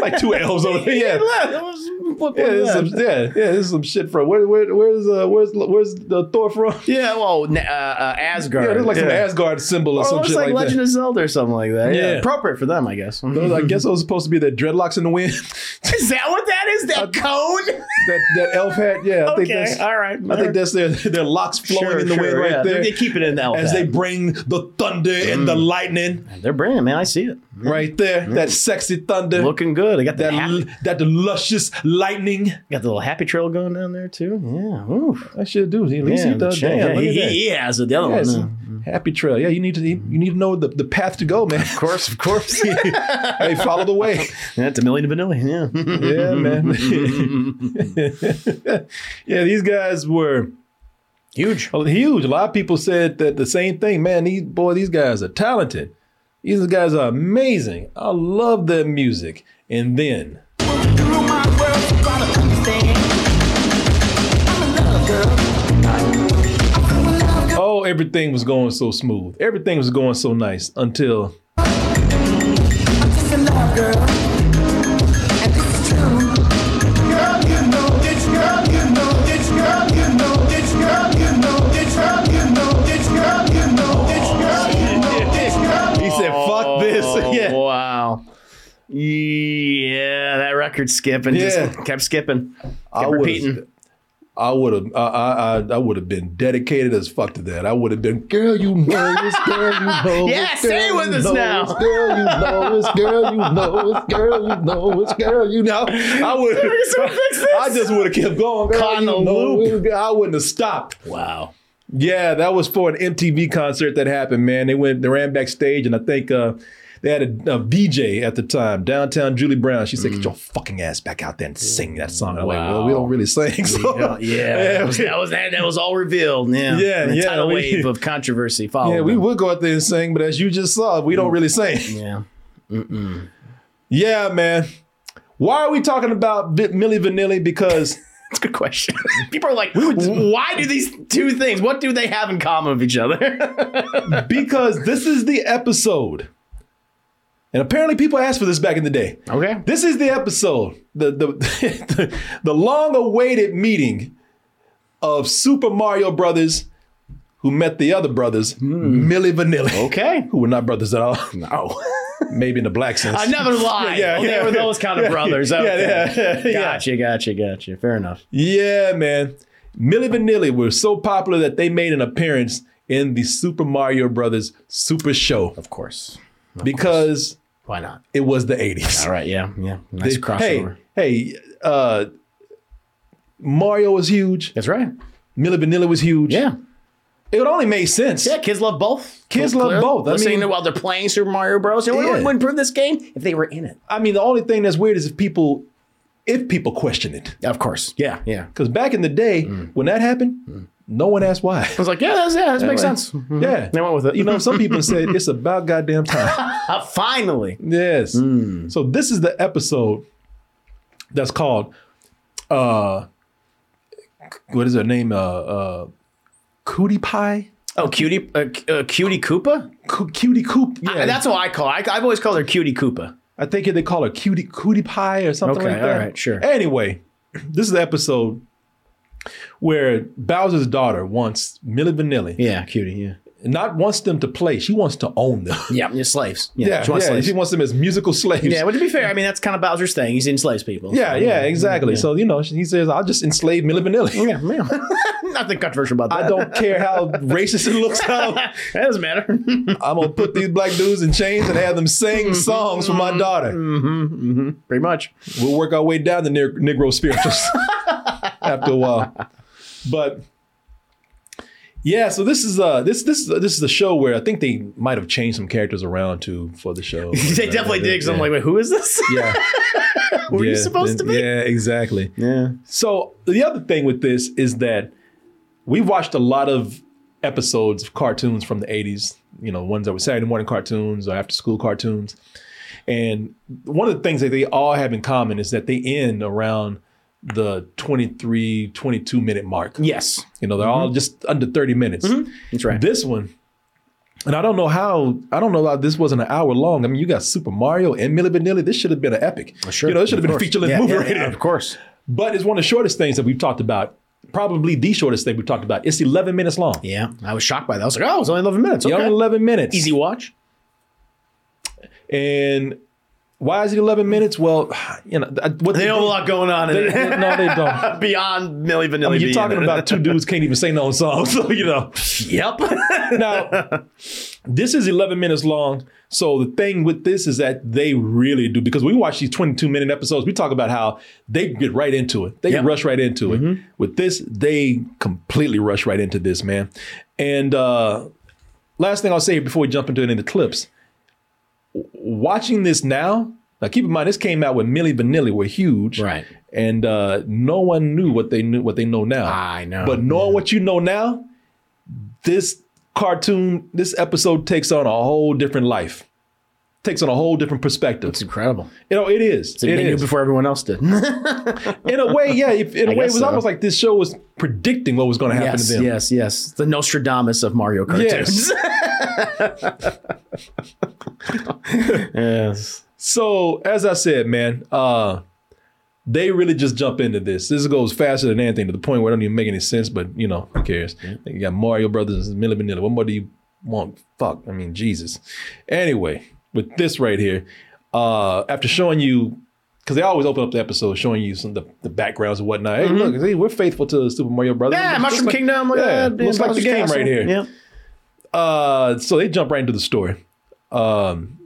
like two elves over there. Yeah.
That was- what- what
Yeah, this is
was
some,
that?
yeah, yeah, this is some shit from where, where, where's, uh, where's, where's the Thor from?
Yeah, well, na- uh, uh, Asgard.
Yeah, there's like some
Yeah.
Asgard symbol or,
Or it
some
looks
shit
like,
like,
Legend
that.
of Zelda or something like that. Yeah.
Yeah.
Appropriate for them, I guess.
Those- I guess it was supposed to be the dreadlocks in the wind.
Is that what that is? That cone?
that that elf hat. Yeah, I think
okay.
that's.
All right.
I think that's their their locks flowing in the wind right there.
They keep it in that
as they bring the thunder and the
Mm.
lightning
They're brilliant, man. I see it.
right there. That sexy thunder.
Looking good. I got Mm. that.
that
Happy,
l- that luscious lightning.
got the little happy trail going down there too. Yeah. Ooh.
I should do. At least
yeah,
he does.
sure.
Damn,
Yeah,
look
he,
at that.
he- he has it. The other
Yes.
one. uh,
Happy trail. Yeah, you need to you need to know the, the path to go, man. Mm. Of course, of course. hey, follow the way.
Yeah, it's a million vanilla. Yeah.
Yeah, man. Mm-hmm. yeah, these guys were
Huge.
oh, huge. A lot of people said that the same thing. Man, these boy, these guys are talented. These guys are amazing. I love their music. And then
Through my world, you gotta understand. I'm in love, girl. I'm in love, girl.
Oh, everything was going so smooth. Everything was going so nice until
I'm just in love, girl. And this is true. Girl, you know this. Girl, you know this. Girl, you know this. Girl, you know this. Girl, you know this. Girl, you know this. Girl, you know this. Girl.
he said, "Fuck this." yeah.
Wow. Yeah, that record skipping
Yeah.
just kept skipping, kept
I would've-
repeating.
I would have, I, I, I, I would have been dedicated as fuck to that. I would have been, girl, you know this, girl, you know
Yeah,
this,
stay
girl,
with
you
us
know
now.
this, girl, you know this, girl, you know this, girl, you know this, girl, you know. I would,
Somebody's gonna fix this.
I just would have kept going, girl,
Caught in
you
a
know
loop.
this, I wouldn't have stopped.
Wow.
Yeah, that was for an MTV concert that happened, man. They went, they ran backstage, and I think uh, they had a, a DJ at the time, downtown Julie Brown. She said,
Mm.
"Get your fucking ass back out there and sing that song." And I'm like, "Well, we don't really sing." So.
Yeah, yeah, that was that was that, that was all revealed. Yeah,
Yeah,
And the
yeah,
tidal
we-
wave of controversy followed.
Yeah, we
them.
would go out there
Mm.
and sing, but as you just saw, we don't really sing.
Yeah,
Yeah, man. Why are we talking about Vi- Milli Vanilli? Because
That's a good question. People are like, why do these two things? What do they have in common with each other?
because this is the episode. And apparently people asked for this back in the day.
Okay.
This is the episode, the the the, the long-awaited meeting of Super Mario Brothers who met the other brothers, Millie Vanilli.
Hmm. Okay.
Who were not brothers at all. No. Maybe in the black sense.
Another lie.
Yeah,
Yeah,
yeah,
they
yeah.
were those kind of brothers.
yeah,
Okay.
yeah, yeah.
Gotcha, gotcha, gotcha. Fair enough.
Yeah, man. Millie Vanilli were so popular that they made an appearance in the Super Mario Brothers Super Show
Of course.
because
Why not?
it was the 80s.
All right. Yeah. Yeah. Nice
They-
crossover.
Hey, hey, uh, Mario was huge.
That's right.
Millie Vanilli was huge.
Yeah.
It would only make sense.
Yeah. Kids love both.
Kids love both. I
Listening
mean-
to while they're playing Super Mario Bros. And what
Yeah.
would improve this game if they were in it?
I mean, the only thing that's weird is if people, if people question it.
Of course. Yeah. Yeah.
Because back in the day,
Mm.
when that happened, no one asked why.
I was like, yeah, that's, yeah, that makes sense. Mm-hmm.
Yeah.
They went with it.
You know, some people said it's about goddamn time.
Uh, finally.
yes.
Mm.
So this is the episode that's called, uh, what is her name? Uh, uh, Cootie Pie?
Oh, cutie, uh, cu- uh, cutie Koopa.
Cu- Cutie Coop.
I- that's what I call. I, I've always called her Cutie Koopa.
I think they call her cutie cootie pie or something
Okay,
like that.
all right, sure.
Anyway, this is the episode where Bowser's daughter wants Millie Vanilli.
Yeah, Cutie. Yeah.
Not wants them to play. She wants to own them.
Yeah, your slaves. Yeah,
yeah,
she wants slaves.
she wants them as musical slaves.
yeah, well, to be fair, I mean that's kind of Bowser's thing. He's enslaves people.
yeah, yeah, exactly. So you know, he says, "I'll just enslave Millie Vanilli."
yeah, yeah. Nothing controversial about that.
I don't care how racist it looks. Out.
that doesn't matter.
I'm gonna put these black dudes in chains and have them sing
Mm-hmm.
songs for my daughter.
Pretty much.
We'll work our way down the neg- Negro spirituals after a while. but yeah, so this is uh this this this is a show where I think they might have changed some characters around too for the show.
they definitely did. Because I'm like, wait, who is this?
yeah,
Were
yeah,
you supposed to
then-
be?
Yeah, exactly.
Yeah.
So the other thing with this is that we watched a lot of episodes of cartoons from the 80s, you know, ones that were Saturday morning cartoons or after school cartoons. And one of the things that they all have in common is that they end around the 23, 22 minute mark.
Yes,
You know, they're all just under 30 minutes.
that's right.
This one, and I don't know how, I don't know how this wasn't an hour long. I mean, you got Super Mario and Millie Vanilli. This should have been an epic. You know, this should have been a feature length movie right here.
Of course.
But it's one of the shortest things that we've talked about. Probably the shortest thing we've talked about. It's 11 minutes long.
Yeah, I was shocked by that. I was like, oh, it's only 11 minutes.
It's only
Okay.
11 minutes.
Easy watch.
And why is it 11 minutes? Well, you know, I- what
They don't have a lot going on in
they-
it.
no, they don't.
Beyond Millie Vanilli.
You're
being
talking
in it.
about two dudes can't even sing their own song, so you know.
Yep.
Now, this is 11 minutes long. So the thing with this is that they really do because we watch these 22 minute episodes. We talk about how they get right into it. They
Yeah. Mm-hmm.
rush right into it. With this, they completely rush right into this, man. And uh, last thing I'll say before we jump into any of the clips, w- watching this now. Now keep in mind this came out when Millie Vanilli were huge,
Right.
And uh, no one knew what they knew what they know now.
Ah, I know.
But knowing what you know now, this cartoon, this episode takes on a whole different life. Takes on a whole different perspective.
it's incredible.
you know, it is.
They
It
knew
is.
before everyone else did.
In a way, yeah. If, in a way,
I
it
guess
was
so.
almost like this show was predicting what was going to happen
yes,
to them.
yes, yes. The Nostradamus of Mario cartoons.
Yes.
yes.
So, as I said, man, uh, they really just jump into this. This goes faster than anything to the point where it don't even make any sense, but you know, who cares? You got Mario Brothers and Millie Vanilli. What more do you want? Fuck. I mean, Jesus. Anyway, with this right here, uh, after showing you, because they always open up the episode showing you some of the, the backgrounds and whatnot. Hey, look, see, we're faithful to Super Mario Brothers.
Mm-hmm. Yeah,
Looks
Mushroom
like-
Kingdom. Look
yeah,
at that.
looks like the
Bowser's
game right here.
Yeah.
Uh, so they jump right into the story. Um,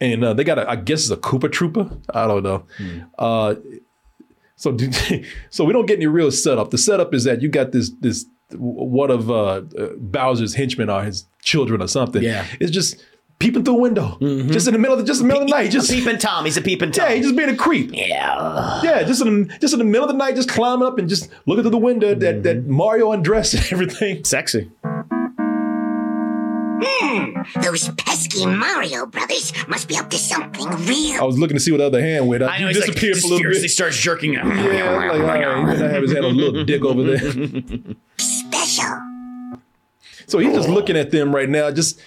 and uh, they got, a, I guess, it's a Koopa Trooper. I don't know.
Hmm.
Uh, so, did- so we don't get any real setup. The setup is that you got this this one of uh, uh, Bowser's henchmen or his children or something.
Yeah. Mm-hmm.
it's just peeping through a window, just in the middle of the, just in the middle of the night, just
Peeping Tom. He's a peeping Tom.
yeah, he's just being a creep.
yeah.
Yeah, just in just in the middle of the night, just climbing up and just looking
Mm-hmm.
through the window that that Mario undressed and everything.
Sexy.
Hmm, Those pesky Mario brothers must be up to something real.
I was looking to see what other hand went.
I
I
know
you
he's like,
disappeared for a little
furiously
bit.
starts jerking out.
Yeah, I'm like, all right, then I have his hand on a little dick over there.
Special.
So he's just looking at them right now, just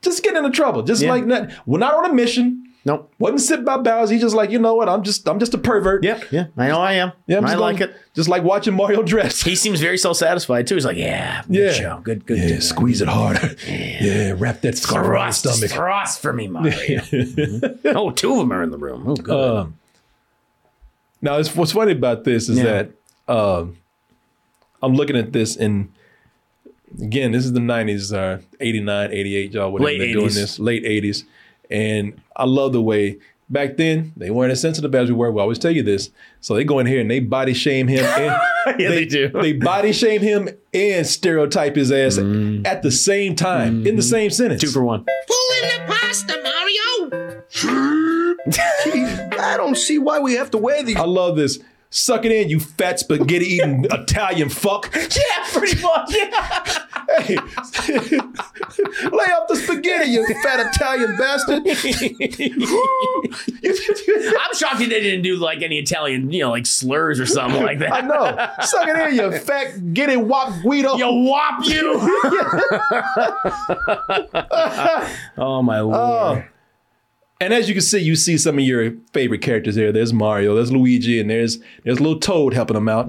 just getting into trouble. Just like not, we're not on a mission.
Nope.
Wasn't sent by Bowser. He's just like, you know what? I'm just I'm just a pervert.
Yep. Yeah. I know I am.
Yeah, I'm
I
just
like
gonna-
it.
Just like watching Mario dress.
He seems very self satisfied too. He's like, yeah, good
Yeah.
show. Good, good.
Yeah,
dinner.
squeeze it harder. Yeah, wrap that scarf around his
Thrust,
stomach.
thrust for me, Mario. Mhm. Oh, two of them are in the room. Oh, good.
Um, now, it's, what's funny about this is
Yeah.
that um, I'm looking at this, and again, this is the 90s, uh, 89, 88, y'all, whatever
Late
they're doing
80s.
this, late 80s. And I love the way back then they weren't as sensitive as we were. We always tell you this. So they go in here and they body shame him. And
yeah, they, do.
they body shame him and stereotype his ass at the same time, in the same sentence.
Mm. Mm-hmm. two for one.
Pull in the pasta, Mario!
I don't see why we have to wear these.
I love this. Suck it in, you fat spaghetti eating Italian fuck.
Yeah, pretty much. Yeah.
Hey, lay off the spaghetti, you fat Italian bastard.
I'm shocked he didn't do like any Italian, you know, like slurs or something like
I
that.
know. Suck it in, you fat giddy wop guido.
Yo, whop you! oh my lord!
Oh. And as you can see, you see some of your favorite characters there. There's Mario, there's Luigi, and there's there's little Toad helping them out.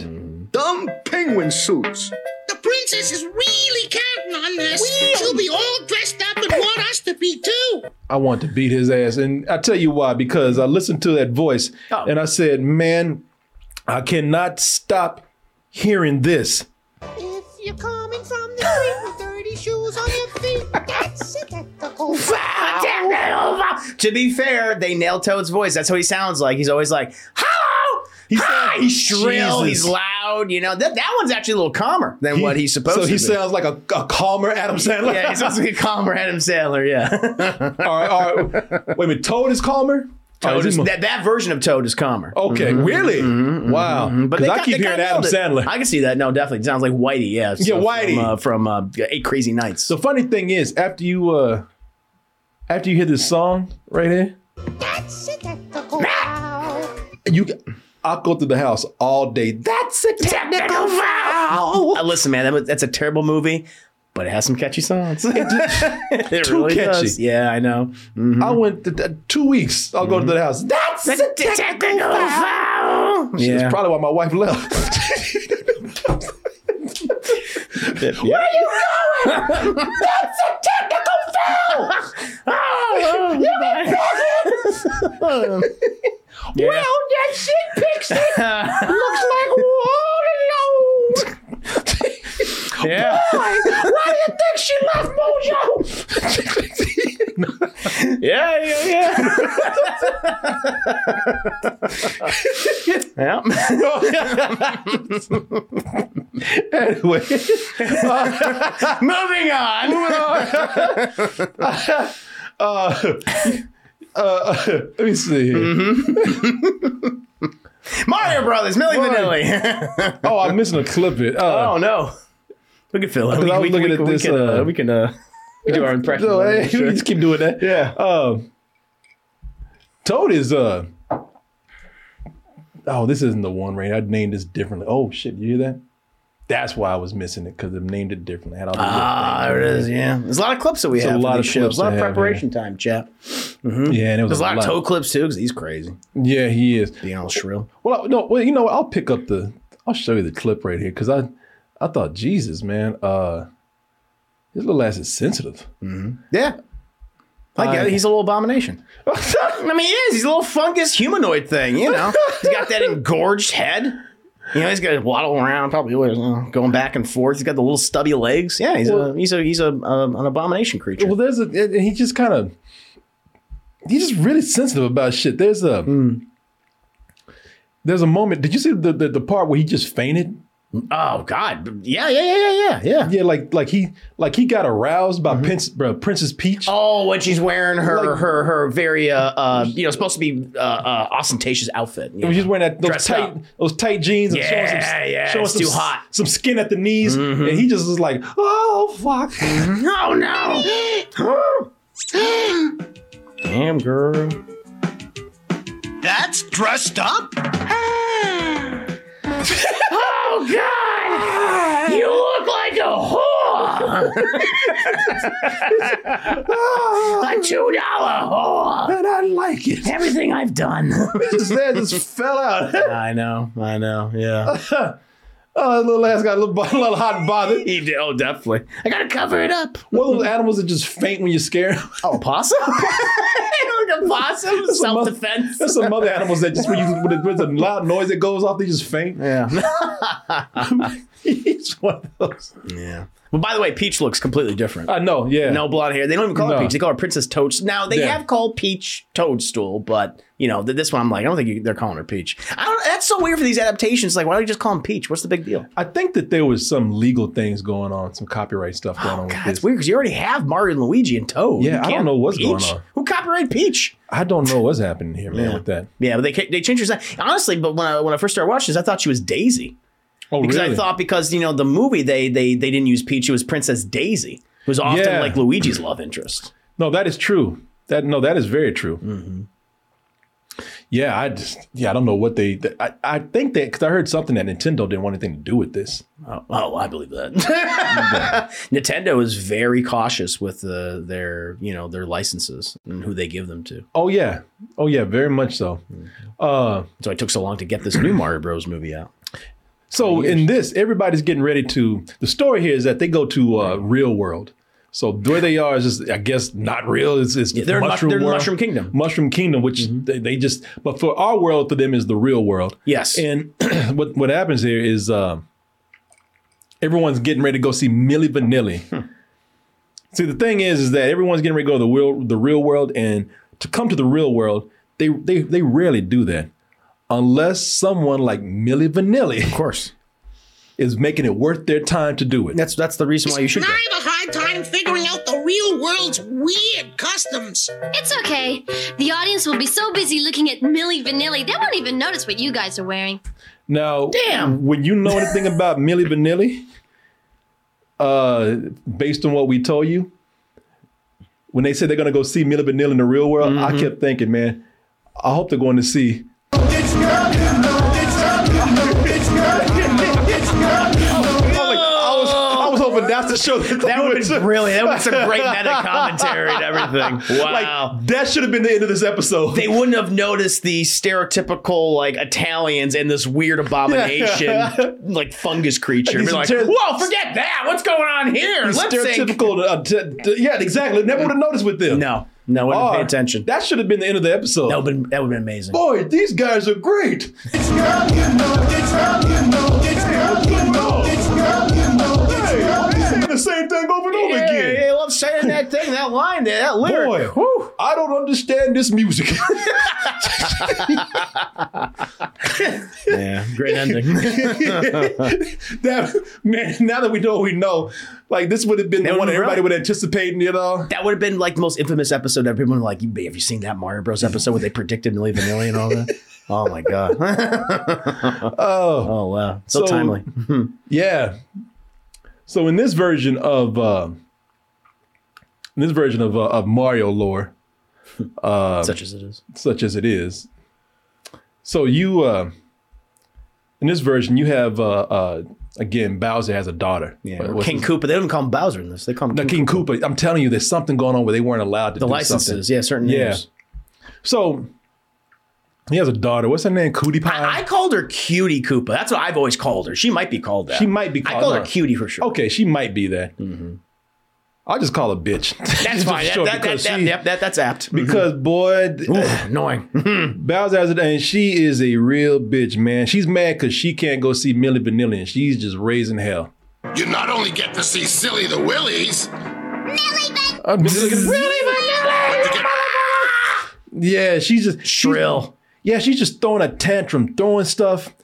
Dumb penguin suits.
The princess is really counting on this. She'll be all dressed up and want us to be too.
I want to beat his ass. And I tell you why, because I listened to that voice
Oh.
and I said, man, I cannot stop hearing this.
If you're coming from the street with dirty shoes on your feet, that's a tactical
To be fair, they nailed Toad's voice. That's what he sounds like. He's always like, "Hello." He's, Hi!
sounds-
he's shrill.
Jesus.
He's loud. You know that that one's actually a little calmer than what he's supposed
so
to.
he
be.
sounds like a, a calmer Adam Sandler.
yeah, he's supposed to be a calmer Adam Sandler. Yeah,
all right, all right. Wait a minute. Toad is calmer? Oh,
Toad
is
is,
he mo-
that Mm-hmm, that version of Toad is calmer. Mm-hmm.
okay, really? wow.
But
Because
they
I
got-
keep
they
hearing
kinda
Adam
nailed it.
Sandler.
I can see that. No, definitely It sounds like Whitey. Yeah, so
Whitey.
from, uh, from uh, Eight Crazy Nights.
the funny thing is, after you uh after you hear this song right here,
That's a tactical foul.
you I'll go through the house all day. That's a technical foul.
Uh, listen, man, that was, that's a terrible movie, but it has some catchy songs. it
Too catchy.
Yeah, I know.
I
Mm-hmm.
went to, uh, two weeks. I'll go to the house. That's a technical foul.
Yeah.
That's probably why my wife left.
Where are you going? that's a technical foul. oh, Well, that shit picture looks like Waterloo. yeah. Why do you think she left Mojo? yeah, yeah, yeah. yeah.
anyway,
Moving on.
let me see. here.
Mm-hmm. Mario Brothers, Millie Vanilli.
Oh, I'm missing a clip. It. Uh,
oh no. Look at Phil. We,
I was looking at this,
can,
uh,
we can uh, we do our impression.
no, hey, we just keep doing that.
Yeah.
Um, Toad is uh. Oh, this isn't the one, right? I named this differently. Oh shit, you hear that? That's why I was missing it because I named it differently. I had all the little
Ah, there it is. Yeah, there's a lot of clips that we
a
have.
lot
for
of
these shows.
clips
a lot
to
of
have,
preparation time, chap.
things. yeah, and it was
There's a lot of toe
Toad.
clips too, because he's crazy,
Yeah, he is.
being all shrill.
Well, I- no, well, you know, what? I'll pick up the. I'll show you the clip right here because I, I thought Jesus, man, uh, his little ass is sensitive.
Yeah, I get it. Uh, He's a little abomination. I mean, he is. He's a little fungus humanoid thing. You know, he's got that engorged head. You know, he's got to waddle around, probably always, you know, going back and forth. He's got the little stubby legs. Yeah, he's
Well-
a he's a he's a um, an abomination creature.
Well, there's a. and He just kind of. He's just really sensitive about shit. There's a. There's a moment. Did you see the, the the part where he just fainted?
Oh God, yeah, yeah, yeah, yeah, yeah, yeah.
Yeah, like like he like he got aroused by Prince, bro, Princess Peach.
Oh, when she's wearing her her her very uh, uh you know supposed to be uh, uh ostentatious outfit. you
He was
know.
just wearing that those
Dressed
tight
up.
those tight jeans and showing some
Yeah, yeah,
showing
it's
some,
too hot.
some skin at the knees, and he just was like, "Oh fuck!"
No, no. Damn girl.
That's dressed up?
Oh God! You look like a whore. a two dollar whore.
And I like it.
Everything I've done.
His head just fell out.
I know. I know. Yeah.
Oh, that little ass got a little, bo- a little hot and bothered.
He did. Oh, definitely. I gotta cover it up.
One of those animals that just faint when you scare them.
Oh, possum? like a possum? Self defense.
There's some other animals that just when you when there's a loud noise that goes off, they just faint.
Yeah.
He's one of those.
yeah. Well, by the way, Peach looks completely different.
I know. Uh, Yeah.
no blonde hair. They don't even call her
No.
Peach. They call her Princess Toadstool. Now they
Yeah.
have called Peach Toadstool, but you know th- this one I'm like I don't think you, they're calling her Peach. I don't. That's so weird for these adaptations. Like why don't you just call him Peach? What's the big deal?
I think that there was some legal things going on, some copyright stuff going on
Oh, God,
with
it's
this.
weird because you already have Mario and Luigi and Toad.
Yeah,
You
I don't
can't-
know what's going
Peach?
on.
Who copyrighted Peach?
I don't know what's happening here, man,
Yeah.
with that.
Yeah, but they ca- they changed her. sign. Honestly, but when I when I first started watching this, I thought she was Daisy
Oh,
because
really?
I thought because you know the movie they they they didn't use Peach. It was Princess Daisy, who was often
Yeah.
like Luigi's love interest.
no, that is true. That no, that is very true.
Mm-hmm.
Yeah, I just yeah, I don't know what they. th- I, I think that because I heard something that Nintendo didn't want anything to do with this.
Oh, oh, I believe that. Nintendo is very cautious with uh, their, you know, their licenses and who they give them to.
Oh yeah, oh yeah, very much so.
Mm-hmm.
Uh,
So it took so long to get this new Mario Bros. movie out. Oh,
so in this, everybody's getting ready to. The story here is that they go to uh, real world. So where they are is just, I guess, not real. It's, it's
they're in mu-
mushroom
they're in
world.
Mushroom Kingdom. Mm-hmm.
Mushroom Kingdom, which they, they just. But for our world, for them is the real world.
Yes.
And what what happens here is uh, everyone's getting ready to go see Milli Vanilli.
Hmm.
See, the thing is, is that everyone's getting ready to go to the real the real world, and to come to the real world, they they they rarely do that, unless someone like Milli Vanilli
Of course.
is making it worth their time to do it.
That's that's the reason why you should
And
go.
I have a hard time figuring out the real world's weird customs.
It's okay. The audience will be so busy looking at Millie Vanilli, they won't even notice what you guys are wearing.
Now,
Damn.
when you know anything about Milli Vanilli, uh, based on what we told you, when they said they're gonna go see Milli Vanilli in the real world,
Mm-hmm.
I kept thinking, man, I hope they're going to see. I was,
Oh.
I was hoping that's the show that,
That would have been brilliant. That was some great meta commentary and everything. Wow.
Like that should have been the end of this episode.
they wouldn't have noticed the stereotypical like Italians and this weird abomination like fungus creature.
These
Be like,
inter-
whoa, forget that. What's going on here?
These
Lip sync."
stereotypical. Uh, t- t- yeah, exactly. Never would have noticed with them.
No, no, I wouldn't pay
Or-
attention.
That should have been the end of the episode.
That would have been, that would have been amazing.
Boy, these guys are great. Saying the same thing over and over again.
I love saying that thing, that line there, that
Boy, I don't understand this music.
Yeah, great ending.
that man, now that we know what we know, like this would have been the
That
one
would've
everybody
been-
would anticipate, you know.
that would have been like the most infamous episode that people were like, "You- have you seen that Mario Bros. episode where they predicted Millie Vanilli and all that? Oh my God.
Oh,
Oh, wow. So,
So-
timely.
yeah. So in this version of uh, in this version of uh, of Mario lore, um,
Such as it is.
such as it is. So you, uh, in this version, you have uh, uh, again Bowser has a daughter.
Yeah.
What's
King
his-
Koopa. They don't call him Bowser in this. They call him
Now, King
King
Koopa. I'm telling you, there's something going on where they weren't allowed to
The
do
licenses.
something.
Yeah, certain
Yeah. Um,
names.
So he has a daughter. What's her name? Cootie Pie.
I, I called her Cutie Koopa. That's what I've always called her. She might be called that.
She might be
I
called
called her
that.
Cutie for sure.
okay, she might be that. I'll just call her bitch.
Mm-hmm. That's
Just
fine. That,
short,
that, that,
because
that,
she-
yep, that, that's apt.
because boy,
Ooh, annoying.
Bowser has it, and she is a real bitch, man. She's mad because she can't go see Millie Vanilli, and she's just raising hell.
You not only get to see Silly the Willies,
I'm just looking- yeah, she's just she's-
Shrill.
yeah, she's just throwing a tantrum, throwing stuff.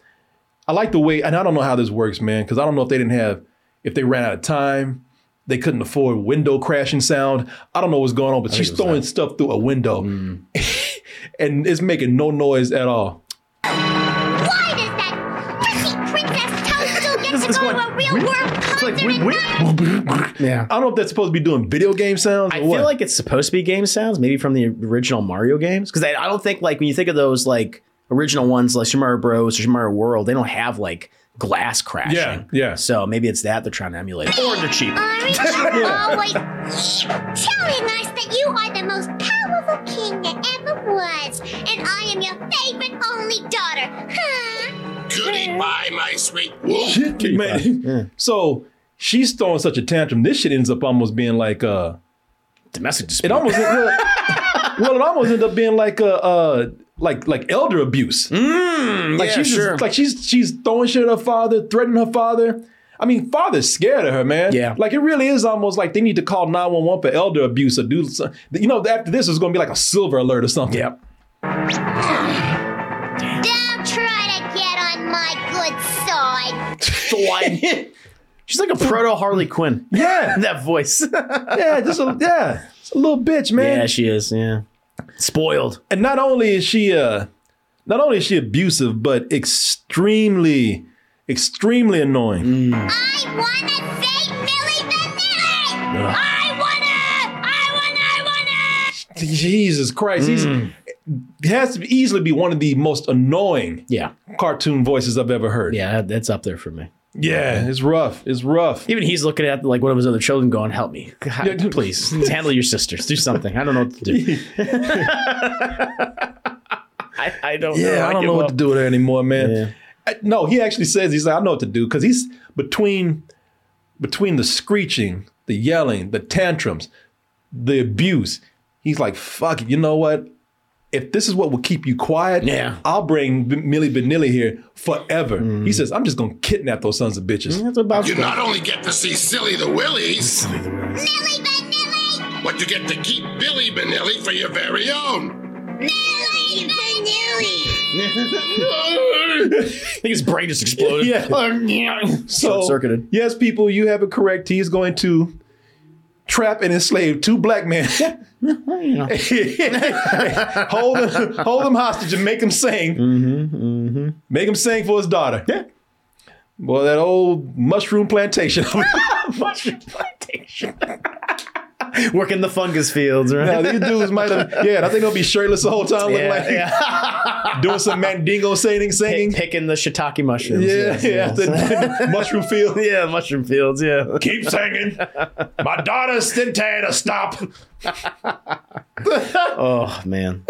I like the way, and I don't know how this works, man, because I don't know if they didn't have, if they ran out of time, they couldn't afford window crashing sound. I don't know what's going on, but she's throwing stuff through a window, and it's making no noise at all.
Why does that messy princess toadstool get to go to a real world concert at night?
Yeah, I don't know if that's supposed to be doing video game sounds. Or
I
what.
feel like it's supposed to be game sounds, maybe from the original Mario games, because I, I don't think like when you think of those like original ones like Super Mario Bros. or Super Mario World, they don't have like glass crashing.
Yeah, yeah.
So maybe it's that they're trying to emulate. Or the cheap.
Orange, you always keep telling us that you are the most powerful king that ever was, and I am your favorite only daughter, huh?
Goodbye, my sweet wolf.
Man. So she's throwing such a tantrum. This shit ends up almost being like uh
domestic
dispute. It almost well, well, it almost ended up being like a uh like like elder abuse. like
Mm, yeah,
she's just-
sure.
like she's she's throwing shit at her father, threatening her father. I mean, father's scared of her, man.
Yeah.
Like it really is almost like they need to call 911 for elder abuse or do some- you know, after this is gonna be like a silver alert or something. Yep.
Don't try to get on my good side.
Swine. She's like a proto Harley Quinn.
Yeah.
that voice.
yeah, just a yeah. It's a little bitch, man.
Yeah, she is. Yeah. Spoiled.
And not only is she uh not only is she abusive, but extremely, extremely annoying.
I wanna say Millie Vanilli!
Ugh.
I wanna! I wanna! I wanna!
Jesus Christ. He's, it has to be- easily be one of the most annoying
yeah.
cartoon voices I've ever heard.
Yeah, that's up there for me.
Yeah, it's rough. It's rough.
Even he's looking at like one of his other children going, help me. God,
Yeah, dude.
please. handle your sisters. Do something. I don't know what to do. I, I don't know.
Yeah, I don't
give
know what
up.
to do with her anymore, man. I- no, he actually says he's like, I know what to do because he's between between the screeching, the yelling, the tantrums, the abuse. He's like, fuck it. You know what? If this is what will keep you quiet,
Yeah.
I'll bring B- Millie Vanilli here forever. He says, I'm just gonna kidnap those sons of bitches.
That's about
You not only get to see Silly the Willies,
Millie Vanilli!
but you get to keep Billy Benelli for your very own.
Millie Vanilli!
I think his brain just exploded.
Yeah. So,
Short-circuited.
yes, people, you have it correct. He is going to trap and enslave two black men, hold them, hold them hostage, and make them sing.
Mm-hmm,
Make them sing for his daughter. Yeah. Boy, that old mushroom plantation.
Mushroom plantation. Working the fungus fields, right?
now, these dudes might have, yeah, I think they'll be shirtless the whole time, looking
yeah,
like
yeah.
doing some mandingo singing,
Pick-
singing.
picking the shiitake mushrooms.
yeah, yeah, the- mushroom field.
yeah, mushroom fields. Yeah,
Keep singing. My daughter's still tired of stop.
Oh man.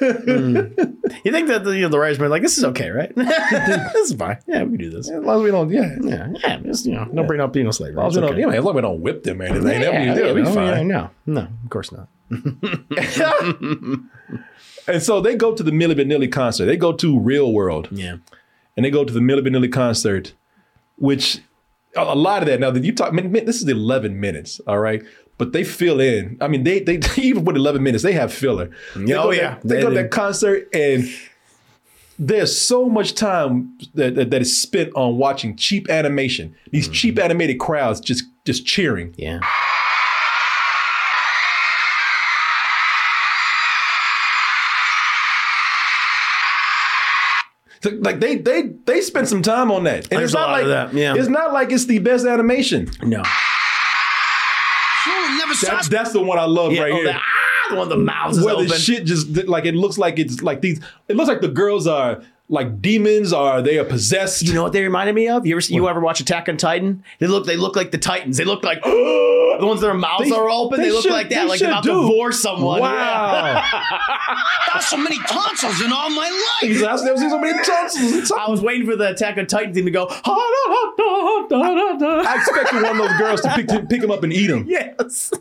Mm. You think that the, you know, the writers were like, "This is okay, right? this is fine. Yeah, we can do this.
As long as we don't, yeah.
Yeah, yeah. Just, you know, don't bring up penal slavery.
As long as, we
It's
don't,
okay.
yeah, man, as long as we don't whip them or anything,
Yeah,
that'll be, that'll be
yeah,
fine.
yeah, no, no, of course not.
And so they go to the Milli Vanilli concert. They go to Real World
Yeah,
and they go to the Milli Vanilli concert, which a a lot of that. Now that you talk, man, man, this is eleven minutes, all right. But they fill in. I mean, they they even with eleven minutes, they have filler. They
Oh,
go to
yeah.
that- they
They
go to
do.
that concert and. There's so much time that, that, that is spent on watching cheap animation.
Mm.
These cheap animated crowds just just cheering.
yeah.
Th- Like they they they spend some time on that. And
There's a lot
like
of that, yeah.
it's not like it's the best animation.
No,
You'll never stop.
That's that's the one I love
yeah.
right
oh,
here.
the, ah, the one the mouths is
where
open.
the shit just th- like it looks like it's like these. It looks like the girls are like demons. Are they are possessed?
You know what they reminded me of? You ever you ever watch Attack on Titan? They look they look like the Titans. They look like the ones that their mouths
They-
are open. They,
they
look
should-
like
they
that, like
should
they're about
do.
to divorce someone. Yeah.
wow!
Not so many tonsils in all my life.
He's like, I've never seen so many tonsils.
I was waiting for the Attack on Titan thing to go. "Ha, da, da, da, da, da."
I expected one of those girls to pick pick him up and eat him.
Yes.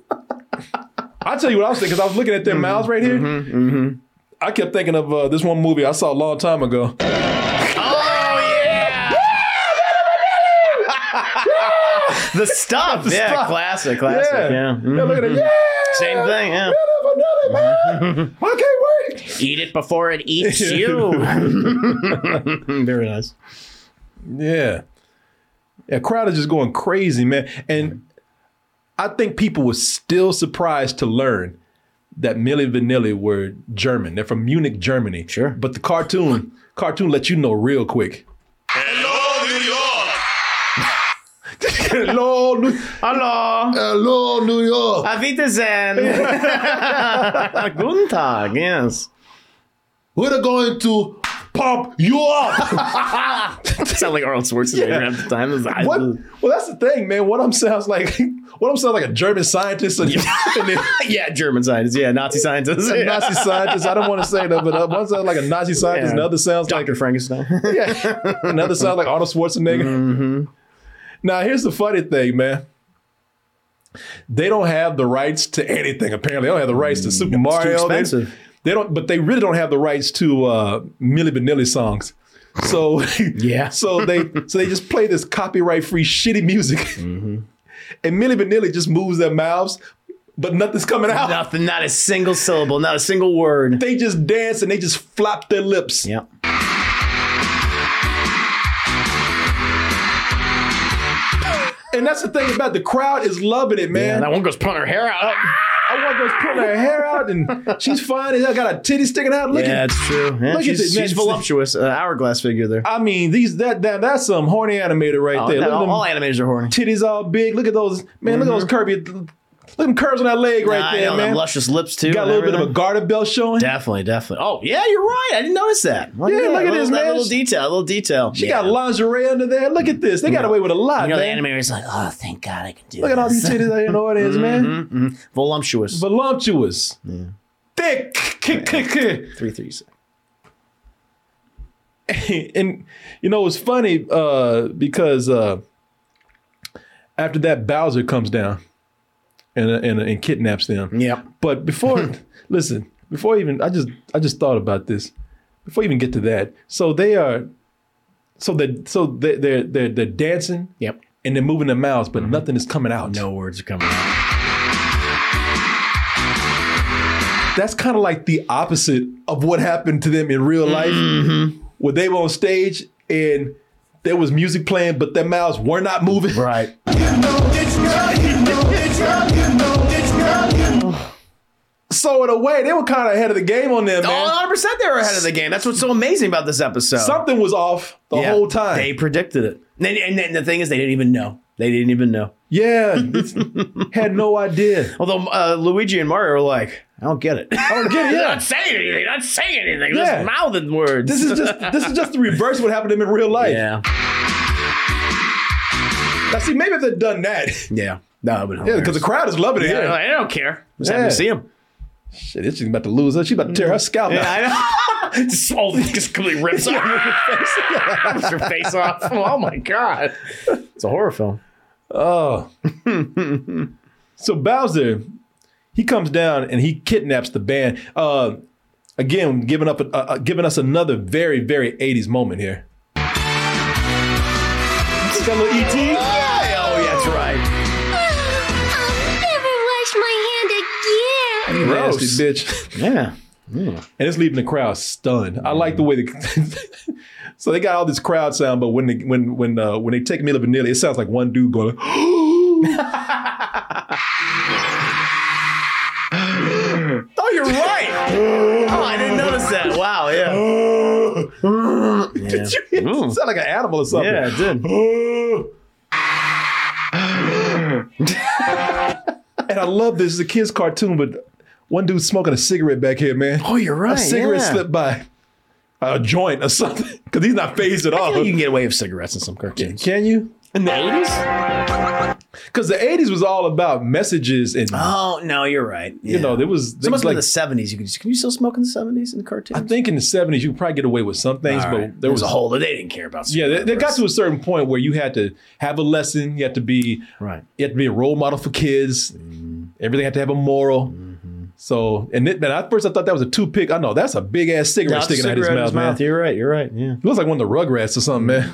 I tell you what I was thinking. 'cause I was looking
Mm-hmm.
at their mouths right here. I kept thinking of uh, this one movie I saw a long time ago.
Oh yeah. the stuff. yeah,
stuff.
classic, classic. Yeah. Mm-hmm.
yeah look at it. Yeah,
Same thing. Yeah.
I can't wait.
Eat it before it eats you. Very nice.
Yeah. Yeah, crowd is just going crazy, man. And I think people were still surprised to learn that Milli Vanilli were German. They're from Munich, Germany. Sure. But the cartoon, cartoon let you know real quick. Hello, New York.
Hello.
Hello, New York.
Auf Wiedersehen. Guten Tag, yes.
We're going to pump you up.
Sound like Arnold Schwarzenegger
Yeah.
at the time. It was- I-
What? Well, that's the thing, man. One of them sounds like one of them sounds like a German scientist. And, and then,
Yeah, German scientists. Yeah, Nazi scientists.
a Nazi scientist. I don't want to say that, but uh, one sounds like a Nazi scientist,
Yeah.
another sounds
Dr. Frankenstein.
like yeah, another sounds like Arnold Schwarzenegger.
Mm-hmm.
Now, here's the funny thing, man. They don't have the rights to anything. Apparently, they don't have the rights to Super Mario. They-
Mm. expensive.
They, don't, but they really don't have the rights to uh, Milli Vanilli songs. So
Yeah.
so they so they just play this copyright free shitty music,
Mm-hmm.
and Milli Vanilli just moves their mouths, but nothing's coming out.
Nothing, not a single syllable, not a single word.
They just dance and they just flop their lips.
Yep.
And that's the thing about the crowd is loving it,
Yeah,
man.
that one goes pulling her hair out.
I want those pulling her hair out and she's fine and I got a titty sticking out. Look
yeah,
at
it's true. Yeah,
look at
she's,
this man.
she's voluptuous. Uh, hourglass figure there.
I mean, these that, that that's some horny animator right
Oh,
there. Look
no,
at
all,
them
all animators are horny.
titties all big. Look at those man, look at those curvy look at them curves on that leg right
Mm-hmm. Nah, I
there,
know, them
man.
luscious lips too.
Got a
and
little bit of a
everything.
garter belt showing.
Definitely, definitely. Oh yeah, you're right. I didn't notice that. Look
Yeah,
that.
look at
Little-
this,
that
man.
little detail. Little detail.
She got lingerie under there. Look at this. They got away with a lot.
You know, the
man.
animator's like, oh, thank God I can do
Look at all these
this.
titties out here in the audience, man.
Mhm. Voluptuous.
Voluptuous. Thick. Kick, kick, kick.
Three threes.
and you know it's funny uh, because uh, after that Bowser comes down and and, and kidnaps them.
Yep.
But before, listen, before even I just I just thought about this. Before you even get to that, so they are, so they so they they're they're, they're dancing
Yep. Mm-hmm.
and they're moving their mouths, but nothing is coming out.
No words are coming out.
that's kind of like the opposite of what happened to them in real life,
Mm-hmm.
where they were on stage and there was music playing, but their mouths were not moving.
Right.
So in a way, they were kind of ahead of the game on there, man.
100% they were ahead of the game. That's what's so amazing about this episode.
Something was off the
Oh! Yeah.
whole time.
They predicted it. And, and, and the thing is, they didn't even know. They didn't even know.
yeah, it's- had no idea.
Although uh, Luigi and Mario were like, I don't get it. I don't
get it, yeah.
not saying anything. Not saying anything.
Yeah.
Just mouthing words.
This is just this is just the reverse of what happened to them in real life.
yeah.
Now, see, maybe if they'd done that,
Yeah. No, but
yeah, because the crowd is loving it.
I,
here.
don't, I don't care. Just
Yeah.
happy to see him.
Shit, she's about to lose her. She's about to tear her scalp out.
I know. just all just completely rips off her face. rips her face off. Oh my god. It's a horror film.
Oh. so Bowser, he comes down and he kidnaps the band. Uh, again, giving up, uh, uh, giving us another very, very '80s moment here. It's got a little ET.
E Oh yeah, that's right.
I'll never wash my hand again.
Gross.
Nasty bitch.
Yeah.
And it's leaving the crowd stunned. I like the way the. so they got all this crowd sound, but when they, when when uh, when they take Mila Vanilli, it sounds like one dude going.
Oh, you're right. oh, I didn't notice that. Wow, yeah.
Did you hear-
Ooh.
it sound like an animal or something?
Yeah, it did.
And I love this. It's a kid's cartoon, but one dude's smoking a cigarette back here, man.
Oh, you're right.
a cigarette
yeah.
slipped by. A joint or something. Because he's not phased at
I
all.
feel like you can get away with cigarettes in some cartoons.
Can you?
In the 80s?
Because the 80s was all about messages and,
Oh, no, you're right.
you know, there was.
so
there
it must
was
have
like,
been the 70s. You can, can you still smoke in the 70s in the cartoons?
I think in the 70s, you could probably get away with some things, but there was
a whole, they didn't care about
Yeah, they, they got to a certain point where you had to have a lesson. You had to be
Right. Mm-hmm.
you had to be a role model for kids. Everything had to have a moral. So, and it, man, at first I thought that was a two pick. I know that's a big ass cigarette
Not
sticking out his
cigarette in
mouth, man.
You're right. You're right. Yeah.
He looks like one of the Rugrats or something, man.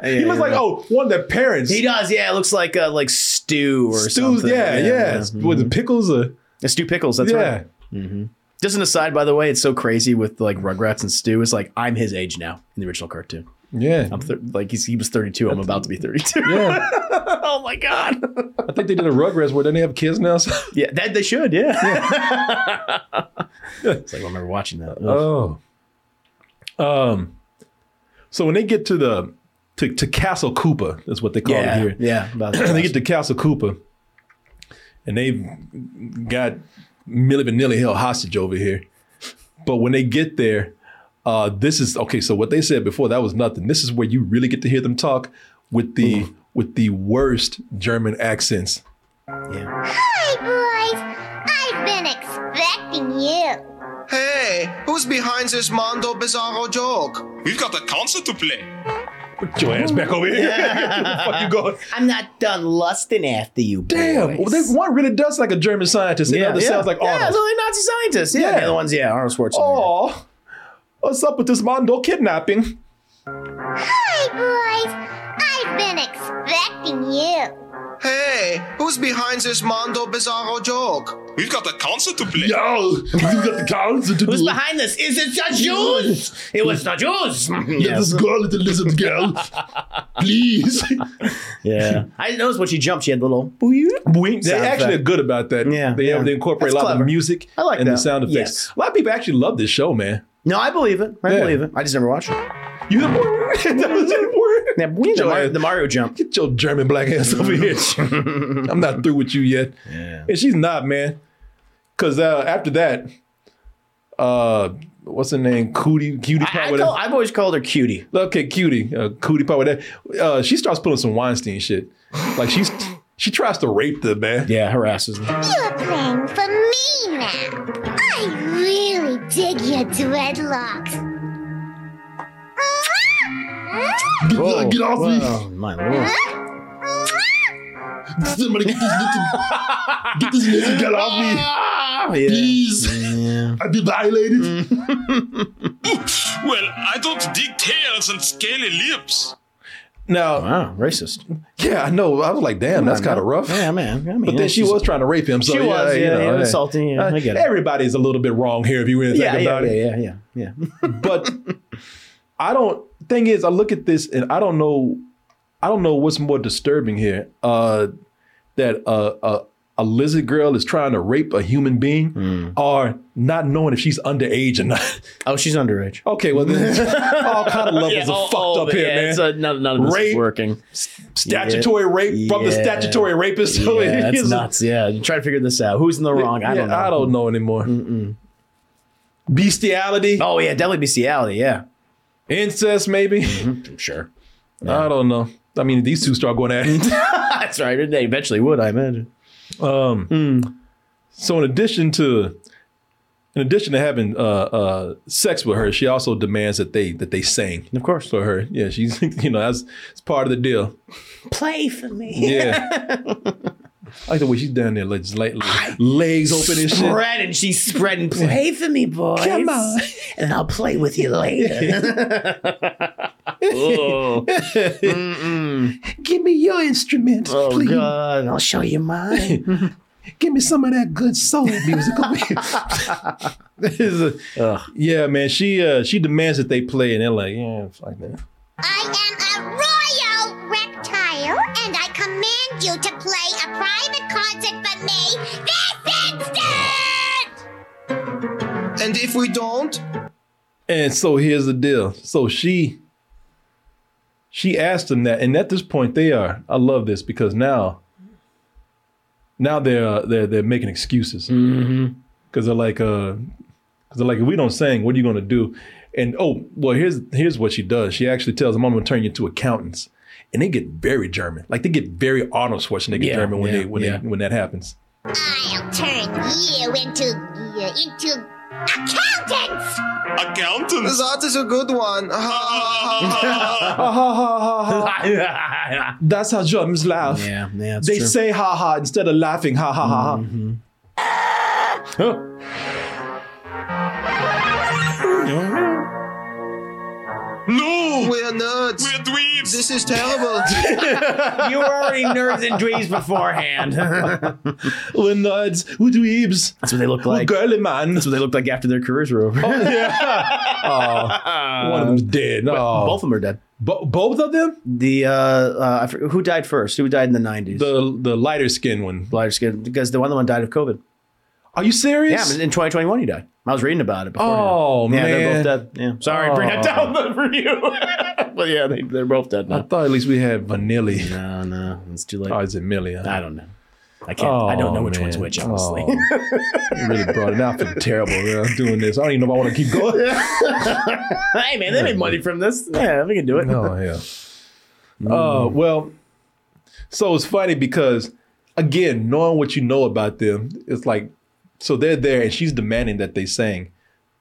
he looks like oh, one of their parents.
He does, yeah. It looks like uh, like stew or
Stews,
something.
yeah, yeah, With the pickles, or,
Yeah, Stew pickles. That's
yeah.
right. Just an aside, by the way, it's so crazy with like Rugrats and Stu. It's like I'm his age now in the original cartoon.
Yeah,
I'm thir- like he's, he was 32. I'm about to be 32.
Yeah.
oh my god.
I think they did a Rugrats where didn't they have kids now.
yeah, that they should. Yeah. it's like I remember watching that. Ugh.
Oh. Um. So when they get to the to, to Castle Cooper, that's what they call
yeah,
it here.
yeah. about that.
they get to Castle Cooper, and they've got Millie Vanilli held hostage over here. But when they get there, uh, this is okay. So what they said before that was nothing. This is where you really get to hear them talk with the with the worst German accents.
Hi, boys. I've been expecting you.
Hey, who's behind this Mondo Bizarro joke? We've got a concert to play.
Put your ass back over here. fuck you going?
I'm not done lusting after you.
Damn, well, they- one really does like a German scientist. and the other sounds like
yeah,
Arnold.
it's only Nazi scientists. Yeah,
Yeah.
the other ones, yeah, Arnold Schwarzenegger.
Oh, what's up with this Mondo kidnapping?
Hi, boys. I've been expecting you.
Hey, Eh, who's behind this Mondo Bizarro joke? We've got a concert to play.
Yo, we've got the concert to
Who's
do.
behind
this? Is it the Jews? It was the Jews.
Let this girl, little lizard girl, please.
Yeah, I didn't notice when she jumped. She had little.
They
Sound
actually
effect.
are good about that. Yeah, they,
yeah.
they incorporate
That's
a lot
clever.
of music
I like
and the
that.
sound effects.
Yes.
A lot of people actually love this show, man.
No, I believe it. I
Yeah.
believe it. I just never watched it.
You the that was
Mm-hmm.
it.
That the,
your
Mario,
ass-
the Mario jump.
Get your German black ass over here. I'm not through with you yet. And she's not, man. Cause uh, after that, uh, what's her name? Cootie, cutie pie.
I
whatever.
call, I've always called her cutie.
Okay, cutie, uh, cutie pie. Whatever. Uh, she starts pulling some Weinstein shit. Like she's she tries to rape the man.
Yeah, harasses them.
You're playing for me now. I really dig your dreadlocks.
Get, get off me!
Oh my lord!
Somebody get this little, get this little girl off me,
yeah.
please. I've been violated.
Mm.
Well, I don't dig tails and scaly lips.
Now,
Wow, racist.
yeah, I know. I was like, damn, that's kind of rough.
Yeah, man. I mean,
But then she
she's-
was trying to rape him. So
She
yeah,
was,
you
yeah,
know,
yeah,
hey. Uh,
insulting, yeah, I get it.
Everybody's a little bit wrong here if you really
Yeah,
think
yeah,
about
yeah,
it.
yeah, yeah, yeah.
But I don't. Thing is, I look at this and I don't know. I don't know what's more disturbing here. Uh, that uh, a a lizard girl is trying to rape a human being,
Hmm.
or not knowing if she's underage or not.
Oh, she's underage.
Okay, well, there's all kind of levels
Oh, Yeah,
of
all-
fucked
all
up
of it,
here,
yeah,
man.
it's, uh, none, none of this is
Rape,
working.
statutory rape from the
Yeah.
statutory rapist. So
yeah,
it
that's
is-
nuts. Yeah, you try to figure this out. Who's in the wrong? I don't know.
Yeah, I don't know anymore. Bestiality,
Oh yeah, deadly bestiality. Yeah,
incest, maybe.
I'm sure.
I don't know. I mean, these two start going at it.
That's right. They eventually would, I imagine.
Um, So, in addition to, in addition to having uh, uh, sex with her, she also demands that they that they sing.
Of course.
For her, yeah, she's you know that's it's part of the deal.
Play for me.
Yeah. I like the way she's down there, like, just like legs open and shit.
Spreading, she's spreading. Play for me, boys.
Come on.
and I'll play with you later. oh.
Give me your instrument,
oh
please.
God, I'll show you mine.
Give me some of that good soul music over here. This is a- yeah, man. She uh, she demands that they play, and they're like, yeah, fuck that.
I am a royal reptile, and I command you to play a private concert for me this instant!
And if we don't,
And so here's the deal. So she she asked them that, and at this point they are. I love this because now now they're uh, they're they're making excuses because
Mm-hmm.
they're like uh because they're like if we don't sing, what are you gonna do? And oh well, here's here's what she does. She actually tells them, "I'm gonna turn you into accountants," and they get very German. Like they get very Arnold Schwarzenegger
Yeah,
German when
yeah,
they when
yeah.
they, when that happens.
I'll turn you into, uh, into accountants!
Accountants.
that is a good one.
Ha ha ha ha ha.
yeah,
That's how Germans laugh.
yeah, that's
they
true. Mm-hmm.
say ha ha instead of laughing ha ha ha ha.
No!
we We're nerds. We're dweebs. This is terrible.
you were already nerds and dweebs beforehand.
We're nerds. We're dweebs.
That's what they look like.
girly man.
That's what they looked like after their careers were over. Uh,
Oh, yeah. oh, one of them's dead. No.
But both of them are dead.
Bo- both of them?
Oh. The uh, uh, I forget- who died first? Who died in the nineties?
The the lighter skin one.
lighter skin because the other one died of COVID.
Are you
Yeah,
serious?
but in 2021 he died. I was reading about it. Before
Oh,
yeah, they're
man.
both dead. Yeah, sorry, bring that down for you. Oh. well, yeah, they, they're both dead
I
now.
thought at least we had Vanilli.
No, no, it's Oh, too late.
Oh, is it Millie? huh?
I don't know. I can't. I don't know which one's
Oh, man.
which. Honestly,
Oh. You really brought it out. I feel terrible man, I'm doing this. I don't even know if I want to keep going.
hey man, they made money from this. Yeah, we can do it.
Oh yeah.
Mm.
Uh, well, so it's funny because again, knowing what you know about them, it's like so they're there and she's demanding that they sing,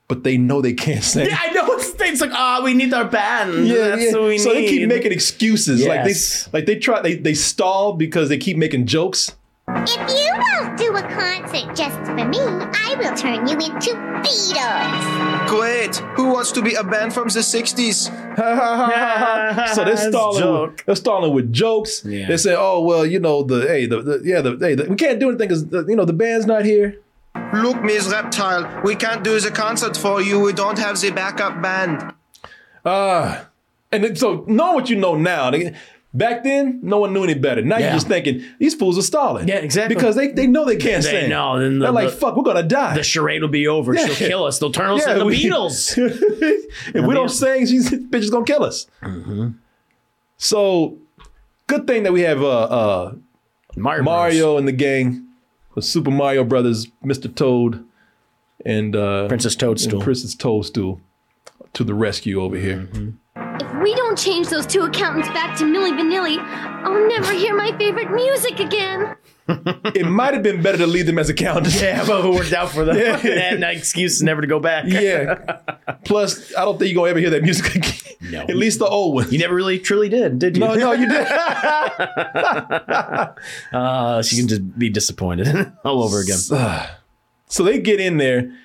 but they know they can't sing.
Yeah, I know. It's, it's like, ah, we need our band. Yeah, that's what we
so
need.
they keep making excuses.
Yes.
Like they like they try they they stall because they keep making jokes.
If you won't do a concert just for me, I will turn you into Beatles.
Great. Who wants to be a band from the 60s?
so they're
It's a
stalling.
joke.
With, they're stalling with jokes.
Yeah.
They say, "Oh well, you know the hey the, the yeah the hey the, we can't do anything because you know the band's not here."
Look, Miss Reptile, we can't do the concert for you. We don't have the backup band.
Ah, and then, so know what you know now. They- Back then, no one knew any better. Now
Yeah.
you're just thinking these fools are stalling.
Yeah, exactly.
Because they, they know they can't
They
sing.
know, then the-
they're like,
the-
"Fuck, we're gonna die."
The charade will be over.
Yeah.
She'll kill us. They'll turn us into the
we-
Beatles.
if we don't sing, she's bitch is gonna kill us.
Mm-hmm.
So, good thing that we have uh, uh,
Mario. Bros.
Mario and the gang, with Super Mario Brothers, Mr. Toad, and uh,
Princess Toadstool.
and Princess Toadstool to the rescue over here.
Mm-hmm.
If we don't change those two accountants back to Milli Vanilli, I'll never hear my favorite music again.
it might have been better to leave them as accountants.
yeah, but it worked out for them.
Yeah.
and that excuse is never to go back.
yeah. Plus, I don't think you're gonna ever hear that music again.
No.
At least the old one.
You never really truly did, did you?
No, no, you did.
Uh, she can just be disappointed all over again.
So they get in there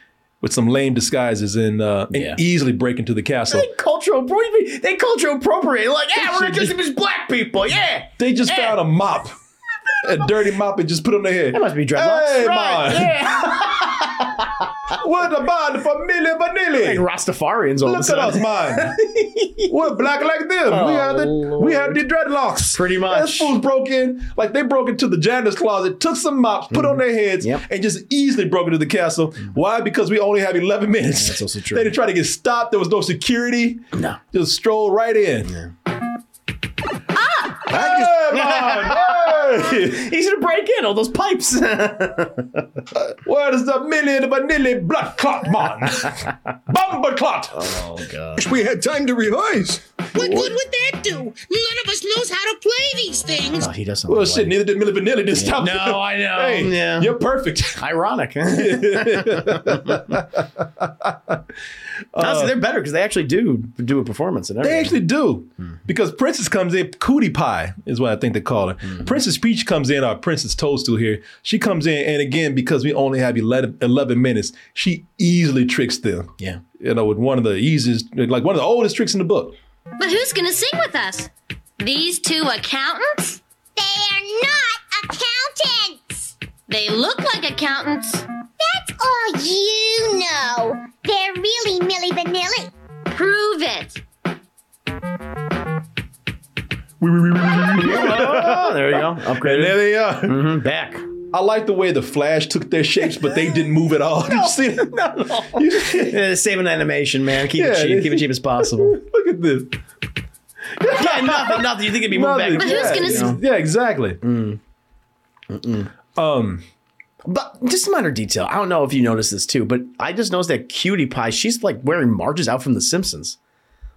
with some lame disguises and uh, and
Yeah.
easily break into the castle.
They cultural appropriate. They cultural appropriate. Like, yeah, we're just as black people. Yeah.
They just
Yeah.
found a mop, a dirty mop, and just put it on their head.
That must be dreadlocks.
Hey,
Right,
man. We're the band for Milli
And
Vanilli.
Rastafarians all of a
Look at us,
sudden.
man. We're black like them. we have the we have the dreadlocks.
Oh, Pretty much.
Those fools broke in, like they broke into the janitor's closet, took some mops, put on their heads,
Mm-hmm. Yep. Mm-hmm.
and just easily broke into the castle. Why? Because we only have 11 minutes.
That's also true.
They didn't try to get stopped. There was no security.
No.
Just stroll right in. Ah! Hey, man, hey!
Easy to break in, all those pipes.
Where is the milli the vanilli blood clot, man? Bumper clot.
Oh,
We had time to revise.
What good would that do? None of us knows how to play these things.
he doesn't.
Well, shit, neither did Milli Vanilli this time.
No, I know.
Hey,
Yeah.
Um, you're perfect.
Ironic. Honestly, they're better because they actually do do a performance. And
They
everything.
actually do. Because Princess comes in, Cootie Pie is what I think they call her. Princess Peach comes in, or Princess Toadstool here. She comes in, and again, because we only have 11, 11 minutes, she easily tricks them.
yeah.
You know, with one of the easiest, like one of the oldest tricks in the book.
But who's gonna sing with us? These two accountants?
They are not accountants.
They look like accountants.
That's all you know. They're really Milli Vanilli.
Prove it.
Oh, there you go. Upgraded.
There they are.
Mhm, Back.
I like the way the Flash took their shapes, but they didn't move at all. you see? You see-
Yeah, Uh, save an animation, man. Keep
Yeah,
it cheap.
they-
Keep it cheap as possible.
Look at this.
yeah, nothing. Nothing. You think it'd be moved back?
Nothing.
But who's
yeah,
gonna
you
s-
know? yeah, exactly. Um,
But just a minor detail. I don't know if you noticed this too, but I just noticed that Cutie Pie, she's like wearing Marge's out from The Simpsons.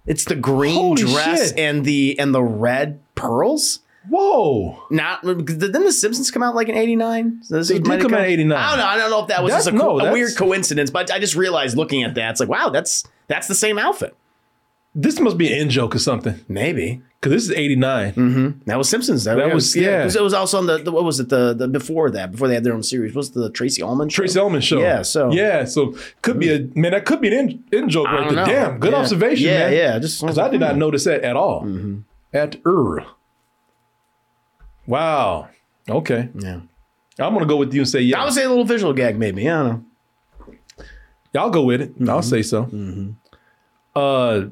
It's the green
Holy
dress
shit.
and the and the red pearls.
whoa.
Not didn't The Simpsons come out like in '89? So this
They
is-
did
might have
come out in 89.
I don't know. I don't know if that was
That's-
just a, co-
no,
a
that's-
weird coincidence, but I just realized looking at that, it's like, wow, that's that's the same outfit.
This must be an in joke or something.
Maybe.
Because this is 89.
Mm-hmm. That was Simpsons. That,
was, yeah.
Because it was also on the, the what was it the, the before that before they had their own series was the Tracy Ullman show?
Tracy Ullman show.
Yeah. So Mm-hmm.
yeah, so could be a man. That could be an in, in joke
I
right
don't
there.
know.
Damn, good
Yeah.
observation.
Yeah,
man.
yeah, just- Mm-hmm.
because I did not notice that at all. At er. Wow. Okay.
Yeah.
I'm gonna go with you and say yeah.
I would say a little visual gag maybe. I don't know.
I'll go with
Mm-hmm.
it. I'll say so. Uh,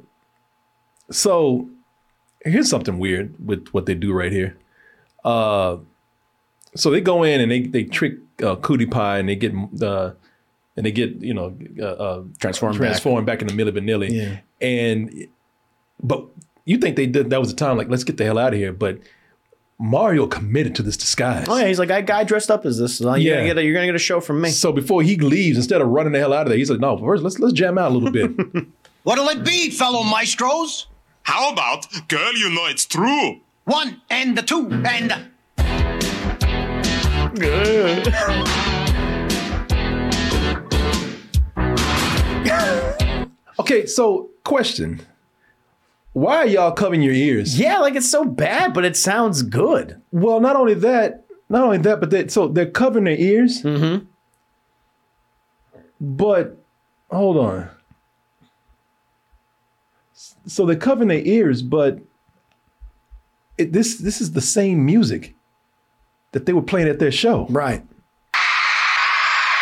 so here's something weird with what they do right here. Uh, so they go in and they they trick uh, Cootie Pie and they get uh, and they get you know uh, uh,
Transform back.
transformed back. into Millie Vanilli.
Yeah.
And but you think they did that was the time like let's get the hell out of here, but. Mario committed to this disguise.
Oh yeah, he's like I guy dressed up as this. Like, you're
Yeah.
gonna get a, you're gonna get a show from me.
So before he leaves, instead of running the hell out of there, he's like, "No, first let's let's jam out a little bit."
What'll it be, fellow maestros? How about Girl You Know It's True? One and the two and.
Okay, so question. Why are y'all covering your ears?
Yeah, like it's so bad, but it sounds good.
Well, not only that, not only that, but they so they're covering their ears. Mm-hmm. But hold on. S- So they're covering their ears, but it, this this is the same music that they were playing at their show.
Right.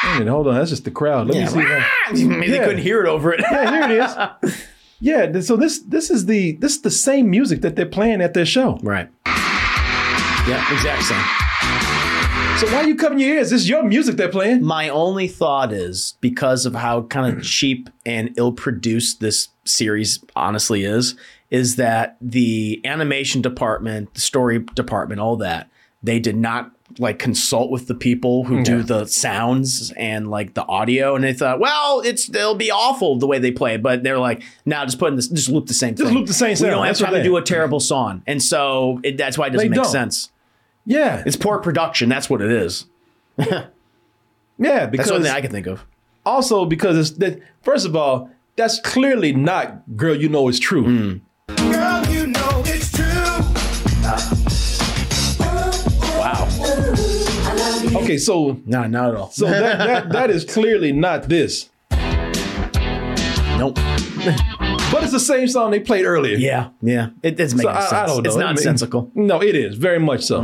Wait a minute, hold on. That's just the crowd. Let
Yeah.
me see. if I-
Maybe they
Yeah.
couldn't hear it over it.
yeah, here it is. Yeah, th- so this this is the this is the same music that they're playing at their show.
Right. yeah, exact same.
So why are you covering your ears? This is your music they're playing.
My only thought is because of how kind of cheap and ill-produced this series honestly is, is that the animation department, the story department, all that, they did not like consult with the people who do
Yeah.
the sounds and like the audio and they thought, well, it's it'll be awful the way they play it. But they're like, now just put in this just loop the same
Just
thing.
loop the same
We
sound.
don't have
That's what
time to
they-
do a terrible song. And so it, that's why it doesn't
They
make
don't.
sense.
Yeah,
It's poor production. That's what it is.
yeah.
That's the
Because
only thing I can think of.
also because it's that. First of all, that's clearly not girl. You know it's true.
Mm.
Girl, you know it's true.
Okay, so
No, not at all.
so that, that that is clearly not this.
Nope.
But it's the same song they played earlier.
Yeah, yeah. It doesn't make
So
sense.
I, I don't know.
It's
It
Mm-hmm.
ma-
nonsensical.
no, it is very much so.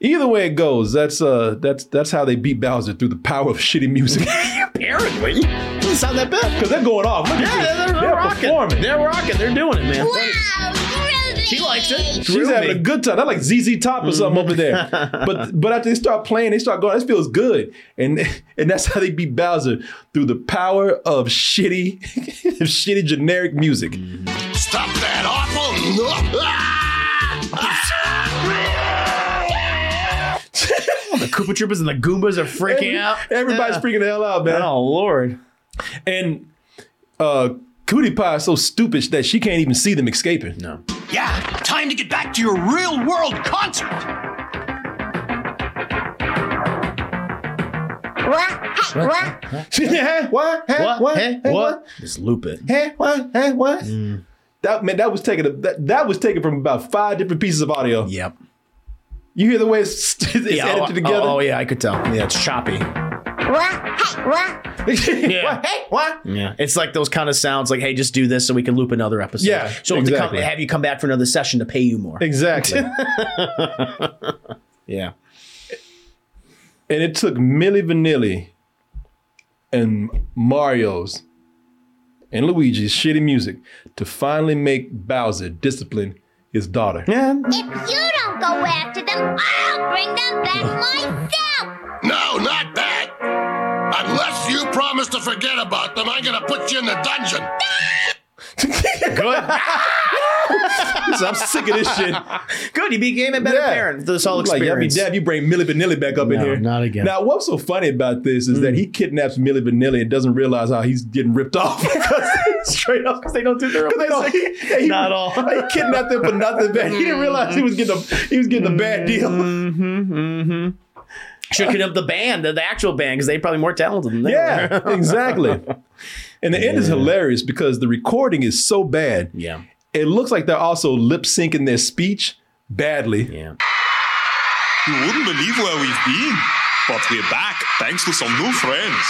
Either way it goes, that's uh that's that's how they beat Bowser through the power of shitty music.
Apparently, doesn't sound that bad.
Because they're going off. Look at
Yeah,
this.
they're, they're rocking.
performing.
They're rocking. They're doing it, man.
Wow, groovy.
She likes it.
She's having a good time. That's like ZZ Top or something over there.
Mm-hmm.
But but after they start playing, they start going. This feels good, and and that's how they beat Bowser through the power of shitty, shitty generic music.
Mm-hmm.
Stop that awful.
the Koopa Troopers and the Goombas are freaking
Every-
out.
Everybody's
Yeah.
freaking the hell out, man.
Oh Lord.
And uh, Cootie Pie is so stupid that she can't even see them escaping.
No.
Yeah, time to get back to your real world concert!
Yeah, what? Hey,
What?
What?
Hey,
Hey,
what? Mm. Just loop it.
Hey, what? Hey, what? That man, that was taken. That, that was taken from about five different pieces of audio.
Yep.
You hear the way it's, it's
Yeah, oh,
edited together.
Oh, oh, yeah, I could tell. Yeah, it's choppy.
yeah.
Hey, what? Yeah, it's like those kind of sounds. Like, hey, just do this so we can loop another episode.
Yeah,
so we'll have to come-
exactly.
have you come back for another session to pay you more.
Exactly.
Yeah.
and it took Millie Vanilli and Mario's and Luigi's shitty music to finally make Bowser discipline his daughter.
Yeah.
If you don't go after them, I'll bring them back myself.
No, not that. Unless you promise to forget about them, I'm gonna put you in the dungeon.
Good. So I'm sick of this shit.
Good. You became a better
Yeah.
parent. This whole
Like,
experience.
y'all be damned, you bring Millie Vanilli back up in
No,
here.
not again. Mm.
Now, what's so funny about this is that he kidnaps Millie Vanilli and doesn't realize how he's getting ripped off. Because
straight up because they don't do their
they don't, he, he-
Not all.
He kidnapped him for nothing, man. He didn't realize he was getting a, he was getting a
Mm.
bad deal.
Should have the band, the, the actual band, because they probably more talented than they
Yeah, exactly. And the end is hilarious because the recording is so bad. Yeah. It looks like they're also lip syncing their speech badly. Yeah.
You wouldn't believe where we've been, Hmm. but we're back thanks to some new friends.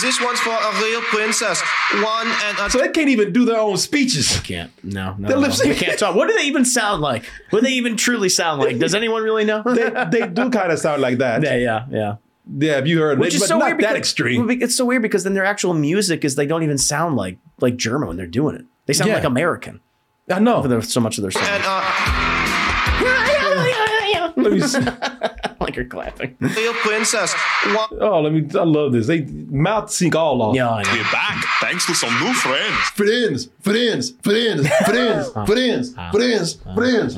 This one's for a real princess. One and a.
So they can't even do their own speeches.
Can't. No.
They're
No.
lip
no. They
syncing.
can't talk. What do they even sound like? What do they even truly sound like? Does anyone really know?
they, they do kind of sound like that.
Yeah, yeah, yeah.
Yeah, have you heard?
Which
they-
is
but
so
not
weird.
that
because-
extreme.
well, It's so weird because then their actual music is they don't even sound like like German when they're doing it. They sound
Yeah.
like American.
I know
for their, so much of their
And
songs.
Let me see.
like you're clapping.
a real princess. One.
Oh, let me. I love this. They mouth sync all off. Yeah,
We're back thanks to some new friends.
Friends, friends, friends, friends, friends, friends, friends.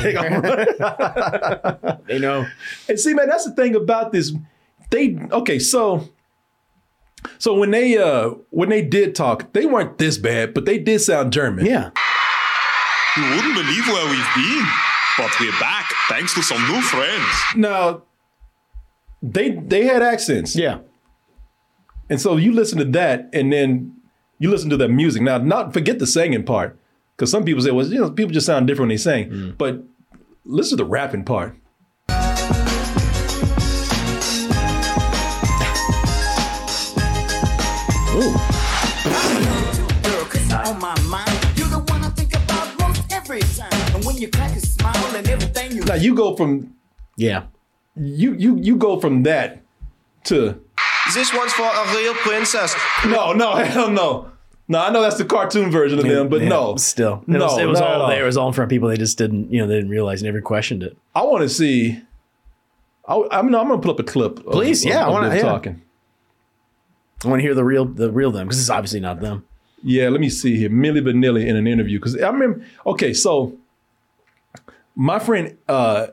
Take off.
they know.
And see, man, that's the thing about this. They okay, so so when they uh when they did talk, they weren't this bad, but they did sound German.
Yeah.
You wouldn't believe where we've been, but we're back thanks to some new friends.
Now they they had accents.
Yeah.
And so you listen to that and then you listen to the music. Now not forget the singing part. Cause some people say, well, you know, people just sound different when they sing.
Mm.
But listen to the rapping part.
Ooh.
Girl, 'cause you're on my mind. You're the one I think about most every time. And when you crack a smile and everything you
Now you go from
Yeah.
you you you go from that to
This one's for a real princess.
No, no, hell no. No, I know that's the cartoon version of them, but
Yeah,
no.
Still. It
No,
was, it was
not at
all,
all.
there. It was all in front of people. They just didn't, you know, they didn't realize, never questioned it.
I want to see. I, I'm, no, I'm going to pull up a clip. of-
Please,
of-
yeah, I
of
wanna-
them
yeah.
talking.
I want to hear the real, the real them because it's obviously not them.
Yeah, let me see here. Millie Vanilli in an interview because I remember. Okay, so my friend uh,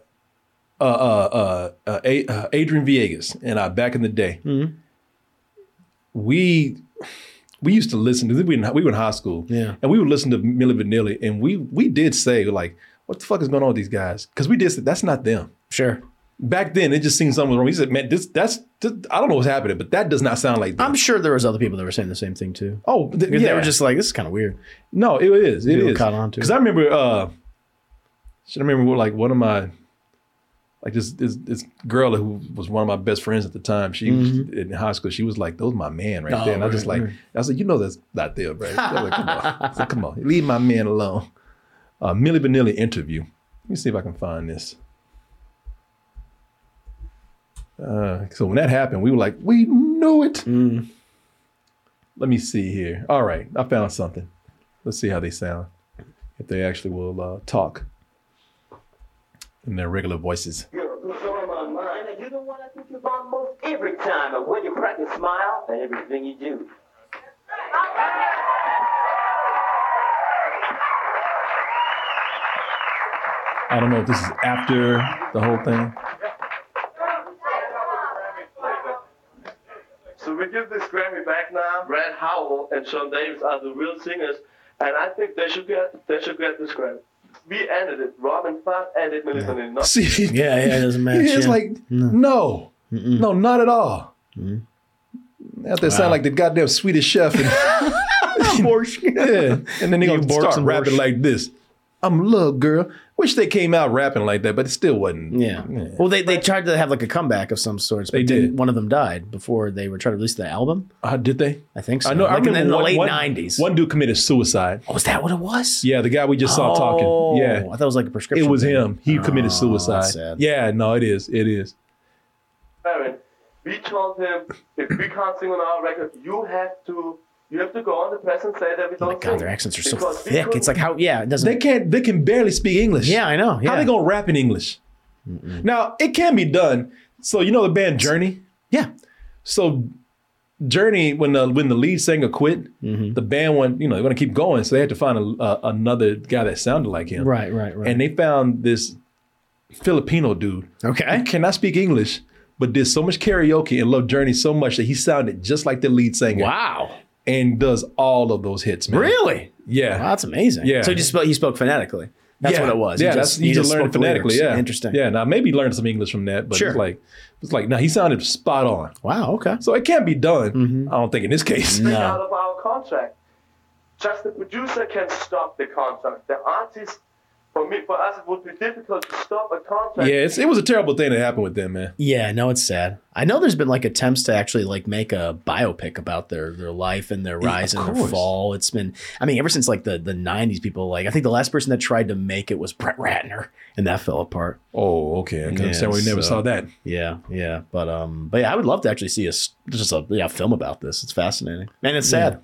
uh, uh, uh, uh, A- uh, Adrian Viegas and I back in the day,
Mm-hmm.
we we used to listen to we, in- we were in high school,
Yeah.
and we would listen to Millie Vanilli, and we we did say like, "What the fuck is going on with these guys?" Because we did say that's not them.
Sure.
Back then, it just seemed something was wrong. He said, "Man, this that's this, I don't know what's happening, but that does not sound like." Them.
I'm sure there was other people that were saying the same thing too.
Oh, th-
Because they
yeah.
were just like, this is kind of weird.
No, it is. It
People
is.
caught on to it.
Because I remember, uh, should I remember what, like one of my, like this, this this girl who was one of my best friends at the time. She was in high school. She was like, "Those my man right
Mm-hmm. Oh,
there." And I
right,
just like,
right.
I said, "You know that's not there, bro." I was like, "Come on, I said, come on, leave my man alone." Uh, Millie Vanilli interview. Let me see if I can find this. Uh, so when that happened, we were like, "We knew it."
Mm.
Let me see here. All right, I found something. Let's see how they sound. If they actually will uh, talk in their regular voices.
You're the one I think about most every time. And when you crack a smile and everything you do.
I don't know if this is after the whole thing.
So we give this Grammy back now. Brad Howell and Sean Davis are the real singers, and I think they should get they should get this Grammy. We ended it. Robin Fab ended it. Yeah.
See,
yeah, yeah, it doesn't match.
It's
yeah.
like no, no, not at all. Out there sound
Mm-hmm. Wow.
like the goddamn Swedish chef. And, yeah, and then they
You
gonna
bork
start
some
rapping
borscht.
like this. I'm love girl. Wish they came out rapping like that, but it still wasn't.
Yeah. Well, they, they tried to have like a comeback of some sorts. But
They
then
did.
One of them died before they were trying to release the album.
Uh, did they?
I think so.
I know. I
Like in,
remember
in the
one-
late
one-
90s.
One dude committed suicide.
Oh, is that what it was?
Yeah, the guy we just saw talking.
Oh, I
Yeah,
thought it was like a prescription.
it was
thing.
him. He committed
Oh,
suicide.
that's sad.
Yeah, no, it is. It is.
Baron, we told him if we can't sing on our record, you have to you have to go on the press and say that we don't
My God,
sing.
their accents are so
Because we
thick. It's
couldn't-
like how yeah, it doesn't.
They can't. They can barely speak English.
yeah, I know. Yeah.
How they gonna rap in English? Now it can be done. So you know the band Journey.
Yeah.
So Journey, when the when the lead singer quit,
Mm-hmm.
the band went. You know they want to keep going, so they had to find a, a, another guy that sounded like him.
Right, right, right.
And they found this Filipino dude.
Okay.
Who cannot speak English, but did so much karaoke and loved Journey so much that he sounded just like the lead singer.
wow.
And does all of those hits, man.
Really?
Yeah.
Wow, that's amazing.
Yeah.
So he just spoke, he spoke phonetically. That's
Yeah.
what it was. He
Yeah,
just-
that's you
he
just,
just
learn
spoke the lyrics.
phonetically. Yeah,
Interesting.
Yeah, now maybe learn some English from that, but
Sure.
it's like it's like no, he sounded spot on.
Wow. Okay.
So it can't be done.
Mm-hmm.
I don't think in this case.
out of our contract. Just the producer can stop the contract. The artist, for me, for us, it would be difficult to stop a
Yeah,
contract.
it's, it was a terrible thing that happened with them, man.
Yeah, no, it's sad. I know there's been like attempts to actually like make a biopic about their their life and their
Yeah,
rise
of
and their
course.
fall. It's been, I mean, ever since like the the '90s, people like I think the last person that tried to make it was Brett Ratner, and that fell apart.
Oh, okay. I can understand why we never saw that.
Yeah, yeah, but um, but yeah, I would love to actually see a s- just a yeah film about this. It's fascinating and it's sad.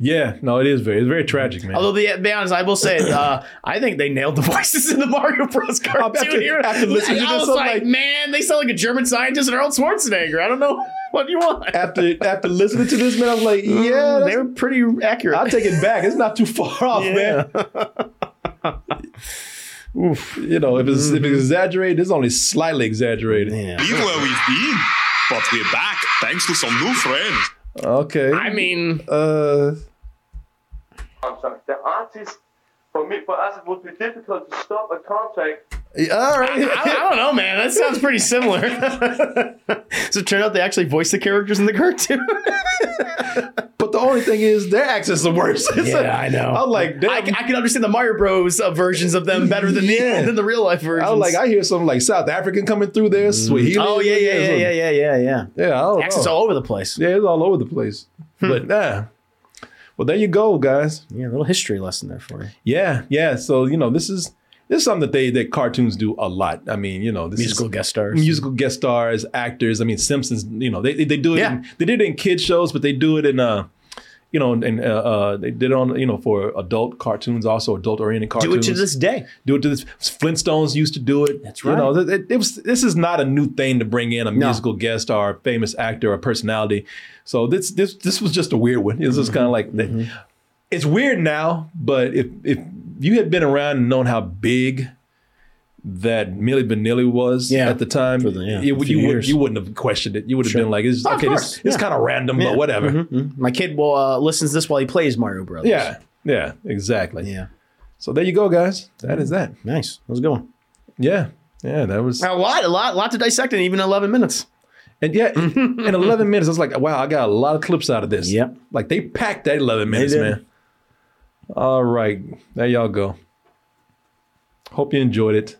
Yeah, no, it is very it's very tragic, man.
Although, be, be honest, I will say, uh, I think they nailed the voices in the Mario Bros. cartoon
after-
here.
after listening to
I
this,
was
I'm
like,
like-
man, they sound like a German scientist and Arnold Schwarzenegger. I don't know what you want. Mm,
After after listening to this, man, I'm like, yeah,
they were pretty accurate.
I'll take it back. It's not too far off, man. Oof. You know, if it's
Mm-hmm.
if it's exaggerated, it's only slightly exaggerated.
Leave where we've been, but we're back thanks to some new friends.
Okay. I
mean,
uh,
contract. The artist, for me, for us, it would be difficult to stop a contract.
all right.
I, I don't know, man. That sounds pretty similar. so it turned out they actually voiced the characters in the cartoon.
but the only thing is, their accents are worse. It's
yeah,
like-
I know.
I'm like,
I, I can understand the Mario Bros. uh, versions of them better than
Yeah.
the than the real life versions.
I was like, I hear something like South African coming through there. Swahili.
oh yeah, yeah, yeah, yeah, yeah, yeah, yeah.
Yeah, I don't
Accents
know.
all Hmm. over the place.
Yeah, it's all over the place. But nah. Well, there you go, guys.
Yeah, a little history lesson there for you.
Yeah, yeah. So you know, this is this is something that they that cartoons do a lot. I mean, you know, this
Musical
is,
guest stars.
musical guest stars, actors. I mean, Simpsons. You know, they they, they do it.
Yeah.
In, they did it in kid shows, but they do it in uh, you know, and uh, uh, they did it on you know for adult cartoons, also adult oriented
Do it
cartoons.
to this day.
Do it to this. Flintstones used to do it. That's
right.
You know, it, it was, this is not a new thing to bring in a
No.
musical guest or a famous actor or personality. So this this this was just a weird one. It was just
Mm-hmm.
kind of like it's weird now, but if if you had been around and known how big that Millie Vanilli was at the time,
yeah,
it
a
would-
few
you would
years.
you wouldn't have questioned it. You would have
Sure.
been like, it's,
Of
okay,
course,
this, it's
yeah.
kind of random,
Yeah.
but whatever.
Mhm, mhm. My kid will uh, listens to this while he plays Mario Brothers.
Yeah, yeah, exactly.
Yeah. Mm-hmm.
So there you go, guys. That is that.
Nice. That was a good one.
Yeah, yeah, that was.
A lot, a lot, lot to dissect in even eleven minutes.
And yeah, in 11 minutes, I was like, wow, I got a lot of clips out of this. Yep. Like they packed that 11 minutes,
did.
man. All right. There y'all go. Hope you enjoyed it.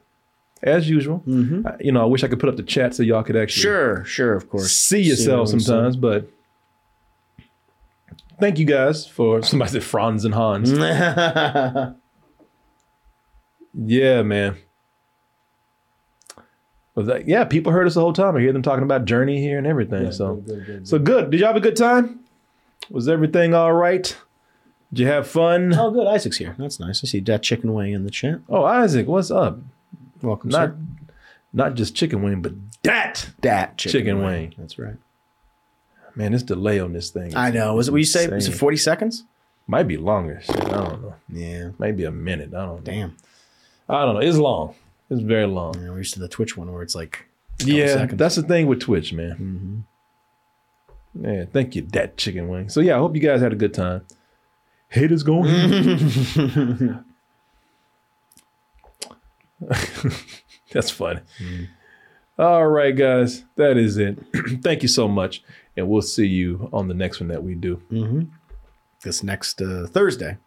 As usual,
Mm-hmm.
I- you know, I wish I could put up the chat so y'all could actually
Sure, sure, of course.
see yourselves
what I'm saying.
sometimes, but thank you guys for somebody said Franz and
Mm-hmm.
Hans. yeah, man. But that, yeah, people heard us the whole time. I hear them talking about Journey here and everything. so, so good. Did you have a good time? Was everything all right? Did you have fun?
Oh, good. Isaac's here. That's nice. I see that chicken wing in the chat.
Oh, Isaac, what's up?
Welcome,
Not,
sir.
not just chicken wing, but that
That
chicken, wing.
That's right.
Man, this delay on this thing. is
I know. Was it? What you say? Was it
insane.
forty seconds?
Might be longer. Shit, I don't know.
Yeah.
Maybe a minute. I don't know.
Damn.
I don't know. It's long. It's very long.
Yeah, we're used to the Twitch one where it's like.
Yeah,
seconds.
that's the thing with Twitch, man. Mm-hmm. Yeah, thank you, that chicken wing. So yeah, I hope you guys had a good time. Haters going. that's funny. All right, guys, that is it. thank you so much, and we'll see you on the next one that we do.
Mhm. This next uh, Thursday.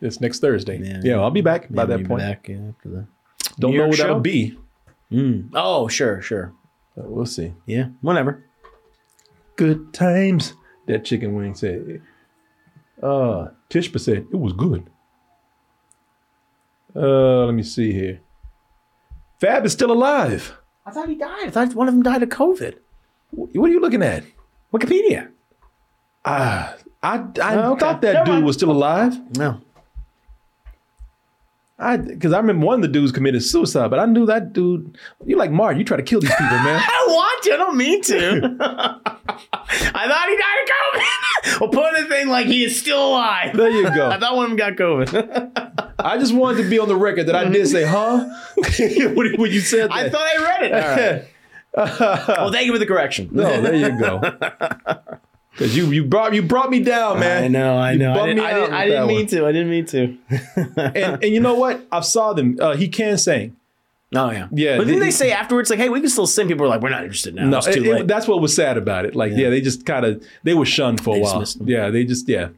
It's next Thursday.
Yeah.
Yeah, I'll be back by
Yeah,
that
you'll be
point.
back, yeah, after the
Don't
New
know
York
what that'll
show?
be.
Oh, sure, sure.
but we'll see.
Yeah, whenever.
Good times. That chicken wing said. Uh, Tishpa said it was good. Uh, let me see here. Fab is still alive.
I thought he died. I thought one of them died of COVID.
Wh- What are you looking at?
Wikipedia.
Ah, I I
Oh, okay.
thought that
Never
dude
mind.
was still alive.
No.
I because I remember one of the dudes committed suicide, but I knew that dude. You like Martin? You try to kill these people, man.
I don't want to. I don't mean to. I thought he died of COVID. well, put in a thing like he is still alive.
There you go.
I thought one of them got COVID.
I just wanted to be on the record that I did say, huh? when, when you said that.
I thought I read it. All right. well, thank you for the correction.
No, there you go. Cause you you brought you brought me down, man.
I know, I
You
know. I
bummed
didn't,
me
I
out
didn't, I
with
didn't
that one.
mean to. I didn't mean to.
and, and you know what? I saw them. Uh, he can sing.
Oh yeah,
yeah.
but
the-
didn't they say afterwards, like, hey, we can still sing? People were like, we're not interested now.
No,
it's too
it- it-
late.
that's what was sad about it. Like, yeah, they just kind of they were shunned for a
They
while.
dismissed
Yeah, they just yeah.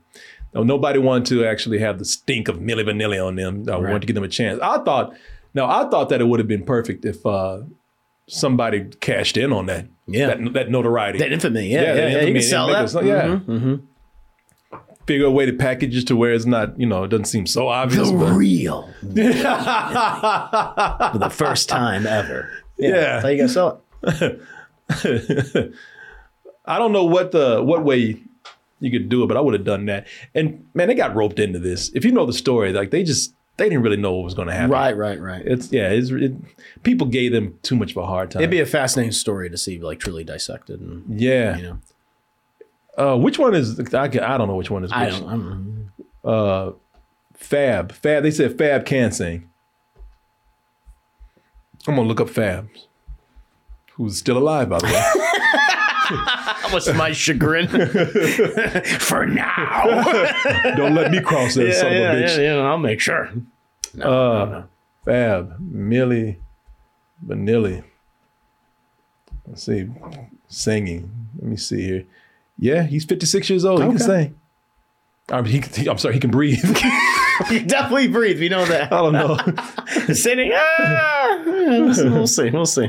No, nobody wanted to actually have the stink of Milli Vanilli on them. I wanted to give them a chance. I thought, now I thought that it would have been perfect if uh, somebody cashed in on that.
Yeah.
that, that notoriety,
That infamy, yeah, yeah,
that
yeah, you can
and
sell
make
that.
us- yeah,
Mhm,
figure a way to package it to where it's not, you know, it doesn't seem so obvious. The
real,
for
the first time ever.
Yeah,
how you gotta sell it.
I don't know what the what way you could do it, but I would have done that. And man, they got roped into this. If you know the story, like they just they didn't really know what was going to happen.
Right, right, right.
It's yeah. It's it, people gave them too much of a hard time.
It'd be a fascinating story to see, like, truly dissected. And,
yeah. Uh, which one is I, can- I don't know which one is which.
I don't. I'm,
uh, Fab Fab. They said Fab can sing. I'm gonna look up Fab, who's still alive by the way.
that was my chagrin. For now,
Don't let me cross that
Yeah,
son
yeah,
of a bitch.
yeah, yeah, I'll make sure.
uh, Fab, Millie, Vanilli. Let's see, singing. Let me see here. Yeah, he's 56 years old. He can
Okay.
sing. I mean, he, can- he- I'm sorry, he can breathe.
you definitely breathe. We know that.
I don't know.
Sitting. Ah, we'll see. We'll see.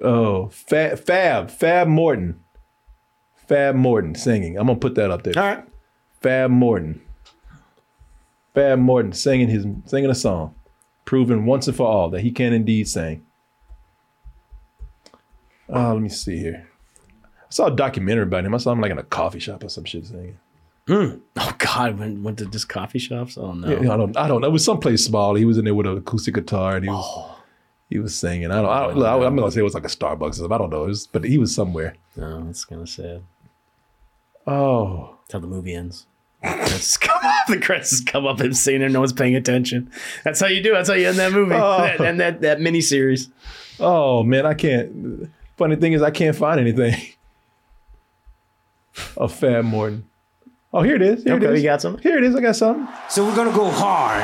oh, Fa- Fab, Fab Morton. Fab Morton singing. I'm going to put that up there.
All right.
Fab Morton. Fab Morton singing his singing a song, proving once and for all that he can indeed sing. Uh, let me see here. I saw a documentary about him. I saw him like in a coffee shop or some shit singing.
Oh God, went went to just coffee shops. Oh no.
Yeah, I don't. I don't. know. It was someplace small. He was in there with an acoustic guitar and he was he was singing. I don't. I don't I, am not gonna say it was like a Starbucks or something. I don't know. It was, but he was somewhere.
No, that's kind of sad.
Oh,
That's how the movie ends. Credits come up. The credits just come up and singing, and no one's paying attention. That's how you do. it. That's how you end that movie
Oh.
that, and that that mini series.
Oh man, I can't. Funny thing is, I can't find anything of Fab Morton. Oh, here it is. Here
Okay,
it is.
you got some?
Here it is. I got some.
So we're gonna go hard.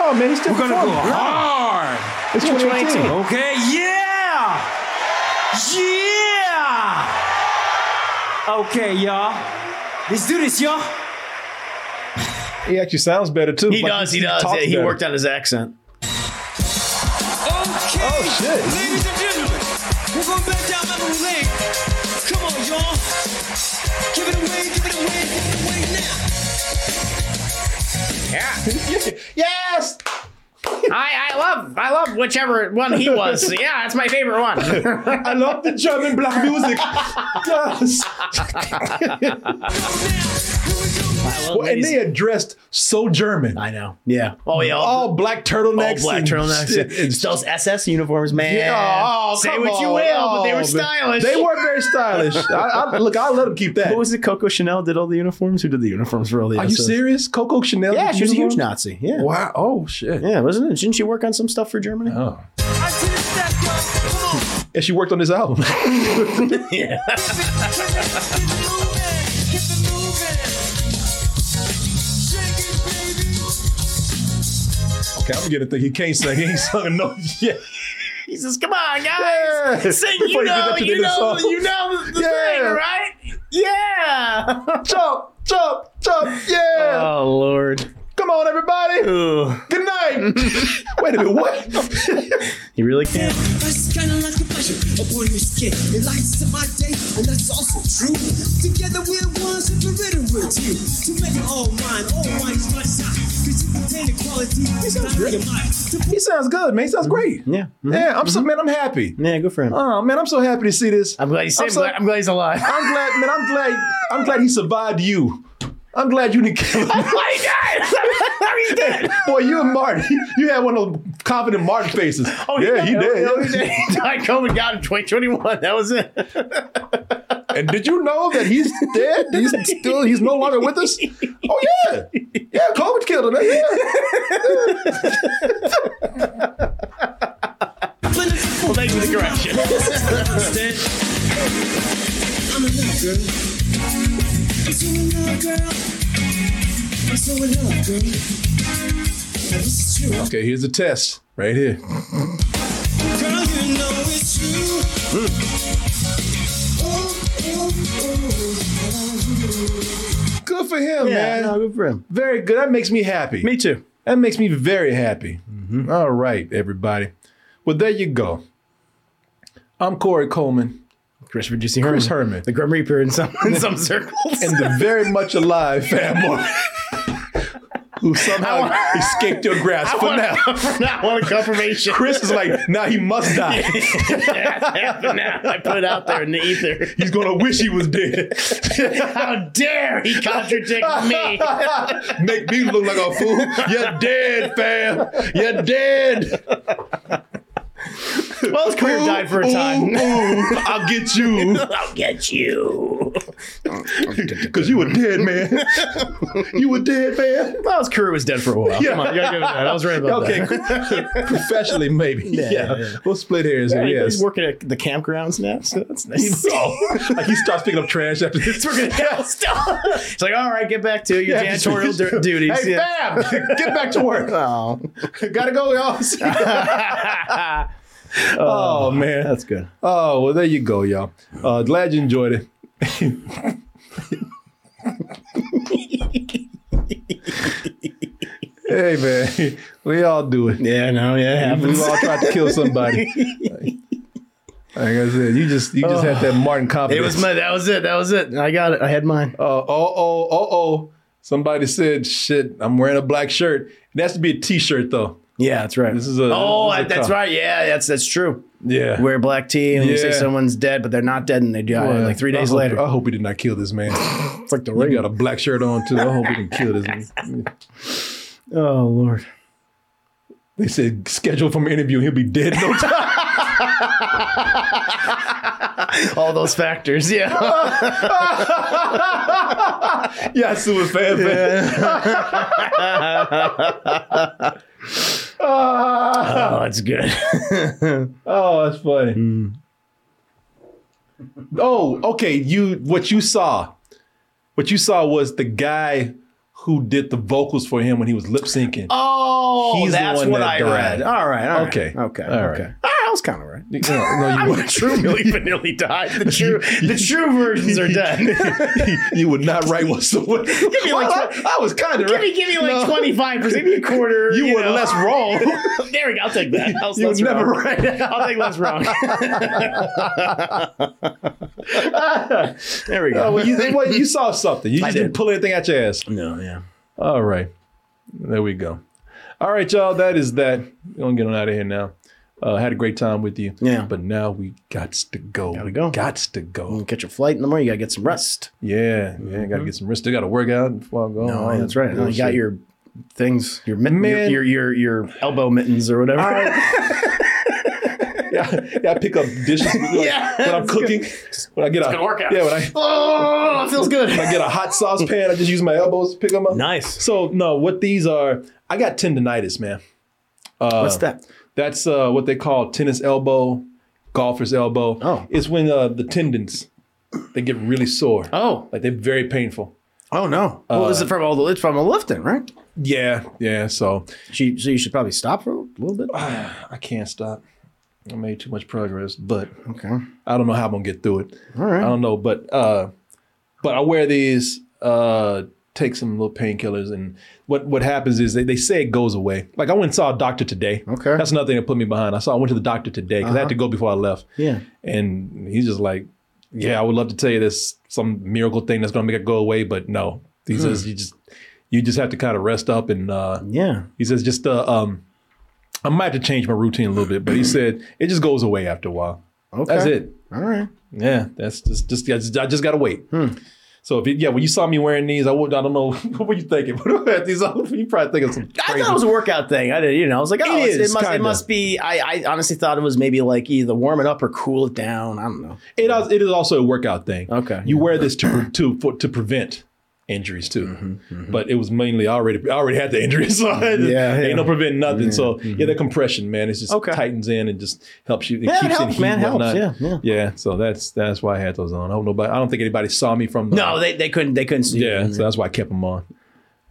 Oh man, he's still
We're gonna go
performing.
hard.
It's 2018.
Okay, yeah, yeah. Okay, y'all. Let's do this, y'all.
He actually sounds better too.
He
Like,
does. He does.
talks
Yeah, he
better.
worked on his accent.
Okay. Oh shit. Ladies and gentlemen, we're going back down memory lane. Come on, y'all. Give it away. Give it away. Give it away now.
Yeah. yes. I, I love I love whichever one he was. Yeah, that's my favorite one.
I love the German black music. Yes. Well, and they are dressed so German. I
know. Yeah. Oh yeah.
All black turtlenecks.
All black
and
turtlenecks.
shit.
And those SS uniforms, man.
Yeah. Oh,
Say
come
what you
on.
will, but they
Oh,
were
man.
stylish.
They were very stylish. I, I, look, I'll let them keep that.
What was it? Coco Chanel did all the uniforms. Who did the uniforms for all the?
Are you
SS?
serious? Coco Chanel?
Yeah,
did
she was a huge
uniform?
Nazi. Yeah.
Wow. Oh shit.
Yeah, wasn't it? Didn't she work on some stuff for Germany?
Oh. And she worked on this album.
yeah.
Okay, I'm gonna think he can't sing. He ain't sung enough yet.
He says, "Come on, guys,
Yeah.
sing.
Before
You
you get
know,
up to the
you
end of the
know,
song.
you know the thing,
Yeah.
right? Yeah.
Jump, jump, jump. Yeah.
Oh Lord.
Come on, everybody. Good night. Wait a minute. What?
He really can.
It's kind of like a pleasure upon your skin. It lights up my day, and that's also true. Together we're one superlative team. To make it all mine, all mine is my shot. Cause you contain the quality that's not your mind.
He sounds good, man. He sounds great.
Yeah.
Yeah. Mm-hmm. I'm so man. I'm happy.
Yeah, good for him.
Oh man, I'm so happy to see this.
I'm glad he's
I'm
saved.
so-
I'm glad he's alive.
I'm glad, man. I'm glad. I'm glad he survived you. I'm glad you didn't kill him.
he dead.
Boy, you and Martin, you had one of those confident Martin faces. Oh yeah, he did.
Oh, he did. He died COVID got in 2021. That was it.
And did you know that he's dead? He's still. He's no longer with us. Oh yeah, yeah. COVID killed him. Yeah.
Well,
thanks for the correction.
girl. I'm so in love, girl. I'm so in love, girl. Now this is true.
Okay, here's the test right here.
Girl, you know it's true. Oh, oh, oh, I love you.
Good for him, man.
good for him.
Very good. That makes me happy. Me
too.
That makes me very happy.
Mm-hmm.
All right, everybody. Well, there you go. I'm Corey Coleman.
Chris Reducing
Chris Herman.
The Grim Reaper in some in some circles.
And the very much alive family. Who somehow escaped your grasp for
want-
now.
for now, I want a confirmation.
Chris is like, now he must die.
now I put it out there in the ether.
He's gonna wish he was dead.
How dare he contradict me?
Make me look like a fool. You're dead, fam. You're dead.
Well, his career
Ooh,
died for a
ooh,
time.
ooh, I'll get you.
I'll get you.
Because you were dead, man. you were dead, man.
Well, his career was dead for a while.
Yeah.
Come on, you gotta give it that. I was right about
okay,
that.
cool. professionally maybe.
Yeah,
Yeah,
yeah,
we'll split hairs.
Yeah,
here, yes.
He's working at the campgrounds now, so that's nice.
oh, like he starts picking up trash after this.
He's working at Hellstone. It's like, all right, get back to your
Yeah,
janitorial
just-
du- duties.
Hey,
Yeah.
fam, get back to work.
Oh.
Gotta go, y'all. See ya. oh man,
That's good.
Oh well, there you go, y'all. Uh, glad you enjoyed it. hey man, we all do it.
Yeah, no, yeah, it happens.
We all tried to kill somebody. Like I said, you just you just had that Martin
Oh. It
confidence.
was my. That was it. That was it. I got it. I had mine.
uh, oh oh oh oh. Somebody said, "Shit, I'm wearing a black shirt." It has to be a T-shirt though.
Yeah, that's right.
This is a
oh,
this is a
that's
cop.
right. Yeah, that's that's true.
Yeah.
Wear black tea and you say
Yeah.
someone's dead, but they're not dead, and they die
Boy,
like three
I
days
hope-
later.
I hope he did not kill this man.
It's like the
You
ring.
got a black shirt on too. I hope he didn't kill this man.
Oh Lord.
They said schedule for an interview. He'll be dead in no time.
All those factors. Yeah.
yeah, super fan.
oh, that's good.
Oh, that's funny. Oh, okay. You what you saw? What you saw was the guy who did the vocals for him when he was lip syncing.
Oh,
He's the
that's
one
what
that
I
died.
read. All right. all right.
Okay.
Okay.
All
okay.
right.
Ah, I was kind of right.
No, no, you
I'm
wouldn't.
the true Milli Vanilli died. The true, the true versions are dead.
you would not write whatsoever. Give
me like tw-
I, I was kind of
give
right.
me, give me
No.
like twenty five percent, give me a quarter.
You, were
know.
less wrong.
There we go. I'll take that. I'll,
You
that's
were never
wrong.
right.
I'll take less wrong. there we go.
Oh, well, you, well, you saw something. You
I
just did.
did.
not pull anything out your ass.
no, yeah.
All right. There we go. All right, y'all. That is that. We're going to get on out of here now. Uh, had a great time with you.
Yeah.
But now we got to go.
Gotta go. Mm-hmm.
Gots to go.
You catch your flight in the morning. You gotta get some rest.
Yeah. Yeah. Got to get some rest. Still got to work out before I go.
Mm-hmm. No,
All
that's right.
that
you got
shit.
your things, your, mitt-
Man.
your your your your elbow mittens or whatever.
Yeah, yeah, I pick up dishes like,
Yeah,
when I'm
it's good.
cooking. When I get a
good workout.
Yeah, when I,
Oh, it feels good.
when I get a hot sauce pan, I just use my elbows to pick them up.
Nice.
So no, what these are? I got tendonitis, man. Uh,
What's that?
That's uh, what they call tennis elbow, golfer's elbow.
Oh.
it's when uh, the tendons they get really sore.
Oh,
Like they're very painful.
oh no. well, is it from all the it's from a lifting, right?
Yeah, yeah. So
She, so you should probably stop for a little bit.
I can't stop. I made too much progress, but
Okay.
I don't know how I'm gonna get through it.
All right.
I don't know, but uh, but I wear these, uh, take some little painkillers, and what what happens is they, they say it goes away. Like I went and saw a doctor today.
Okay.
that's another thing that put me behind. I saw I went to the doctor today because I had
Uh-huh.
to go before I left,
Yeah.
and he's just like, "Yeah, I would love to tell you this some miracle thing that's gonna make it go away, but no." He
Hmm.
says you just you just have to kind of rest up and uh,
Yeah.
he says just uh, um, I might have to change my routine a little bit, but he said it just goes away after a while.
Okay.
That's it.
All right.
Yeah, that's just just I just, I just gotta wait.
Hmm.
So if you, yeah, when you saw me wearing these, I would I don't know what were you thinking? What were these on? You probably thinking some
I
crazy.
thought it was a workout thing. I did, you know. I was like, oh,
It
it's- it,
is,
must, it
kinda.
must be. I, I honestly thought it was maybe like either warm it up or cool it down. I don't know.
it, is, it is also a workout thing.
Okay,
you wear this to to for, to prevent injuries too.
Mm-hmm,
But it was mainly I already I already had the injuries, so I just-
Yeah, yeah.
ain't no preventing nothing.
Yeah, mm-hmm.
So yeah, the compression, man, it just
Okay.
tightens in and just helps you. It
Yeah, it
keeps in
helps,
heat
man,
and
helps,
whatnot.
yeah, yeah.
So that's that's why I had those on. I don't know, but I don't think anybody saw me from.
No, they, they couldn't they couldn't see.
Yeah, so that's why I kept them on.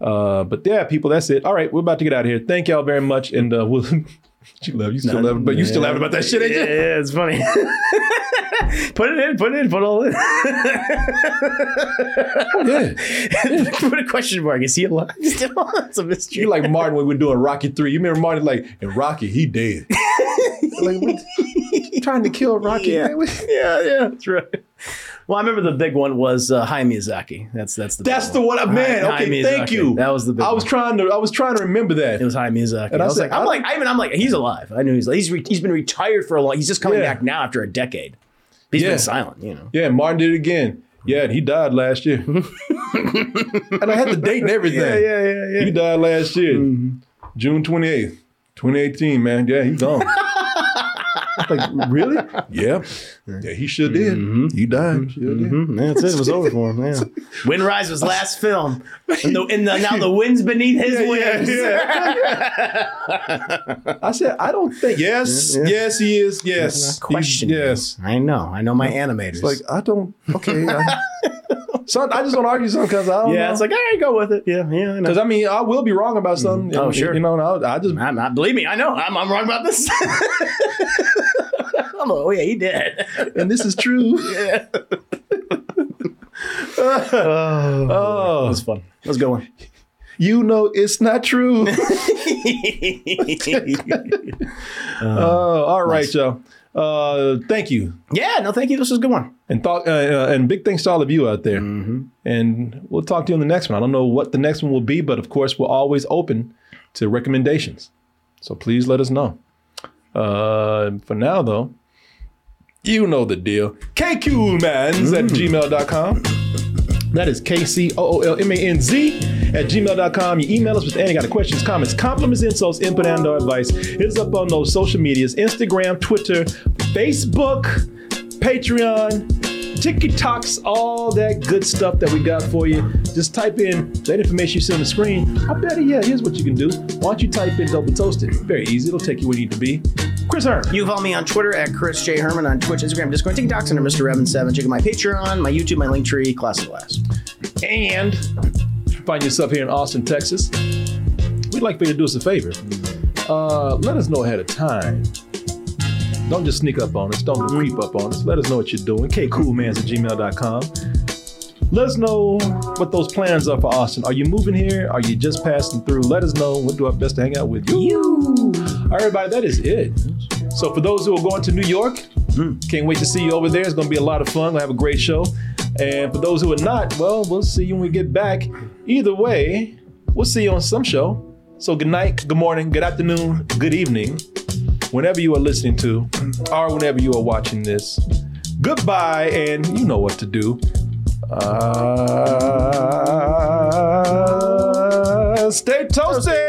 Uh, but yeah, people, that's it. All right, we're about to get out of here. Thank y'all very much, and uh, we'll. you love you still
No,
love, but you still
yeah.
laughing about that shit, ain't you?
Yeah, yeah, it's funny. put it in, put it in, put all in. put a question mark. Is he alive? it's a mystery.
You like Martin when we were doing Rocky Three. You remember Martin like and Rocky, he dead. like what? trying to kill Rocky.
Yeah,
man.
yeah, yeah, that's right. Well, I remember the big one was uh, Hayao Miyazaki. That's that's the big
That's the one, man.
Hayao
okay, thank
Miyazaki.
you.
That was the big
I was
one.
trying to. I was trying to remember that. It
was Hayao Miyazaki.
And
I,
I,
was
said,
like, I'm like, I even, I'm like, he's alive. I knew he's he's re- he's been retired for a long. He's just coming back now after a decade. He's
Yeah.
been silent, you know.
yeah, Martin did it again. Yeah, and he died last year. and I had the date and everything.
Yeah, yeah, yeah, yeah. Mm-hmm.
He died last year, June twenty eighth, twenty eighteen. Man, yeah, he's gone. I was like really? Yeah, yeah, he sure did.
Mm-hmm.
He died. Sure did.
Mm, That's it. It was over for him. Yeah. Wind Rise was last film. And, the, and the, now the wind's beneath his wings.
I said, I don't think. Yes, yes, he is. Yes,
Question.
Yes,
I know. I know my animators.
It's like I don't. Okay. I, so I just want to argue something because I don't.
yeah,
know.
it's like, all right, go with it. Yeah, yeah, I know.
Because I mean, I will be wrong about something.
Oh,
and,
sure.
You know, and I, I just
I'm not, believe me, I know. I'm, I'm wrong about this. I'm like, oh, yeah, he did.
and this is true.
yeah. oh,
Oh,
that was fun. That was a good one.
you know, it's not true. Oh, all right, y'all. Uh, thank you,
yeah, no, thank you. This was a good one.
and thought, uh, uh, and big thanks to all of you out there. And we'll talk to you on the next one. I don't know what the next one will be, but of course, we're always open to recommendations. So please let us know. Uh, for now, though, you know the deal. KQMans at gmail.com. That is K C O O L M A N Z at gmail.com. You email us with any kind of questions, comments, compliments, insults, input, and or advice. Hit us up on those social medias Instagram, Twitter, Facebook, Patreon, TikToks, all that good stuff that we got for you. Just type in that information you see on the screen. I better, yeah, here's what you can do. Why don't you type in Double Toasted? Very easy, it'll take you where you need to be. Chris Herm.
You can follow me on Twitter at Chris J. Herman, on Twitch, Instagram, Discord, TikToks, under Mr. Evan7. Check out my Patreon, my YouTube, my Linktree, Class of Last.
and find yourself here in Austin, Texas, we'd like for you to do us a favor. Uh, let us know ahead of time. Don't just sneak up on us. Don't creep up on us. Let us know what you're doing. kcoolmans at gmail.com. Let us know what those plans are for Austin. Are you moving here? Are you just passing through? Let us know. We'll do our best to hang out with you. All right, everybody, that is it. So for those who are going to New York, can't wait to see you over there. It's going to be a lot of fun. We'll have a great show. And for those who are not, well, we'll see you when we get back. Either way, we'll see you on some show. So good night, good morning, good afternoon, good evening, whenever you are listening to or whenever you are watching this. Goodbye, and you know what to do. Uh, stay toasted.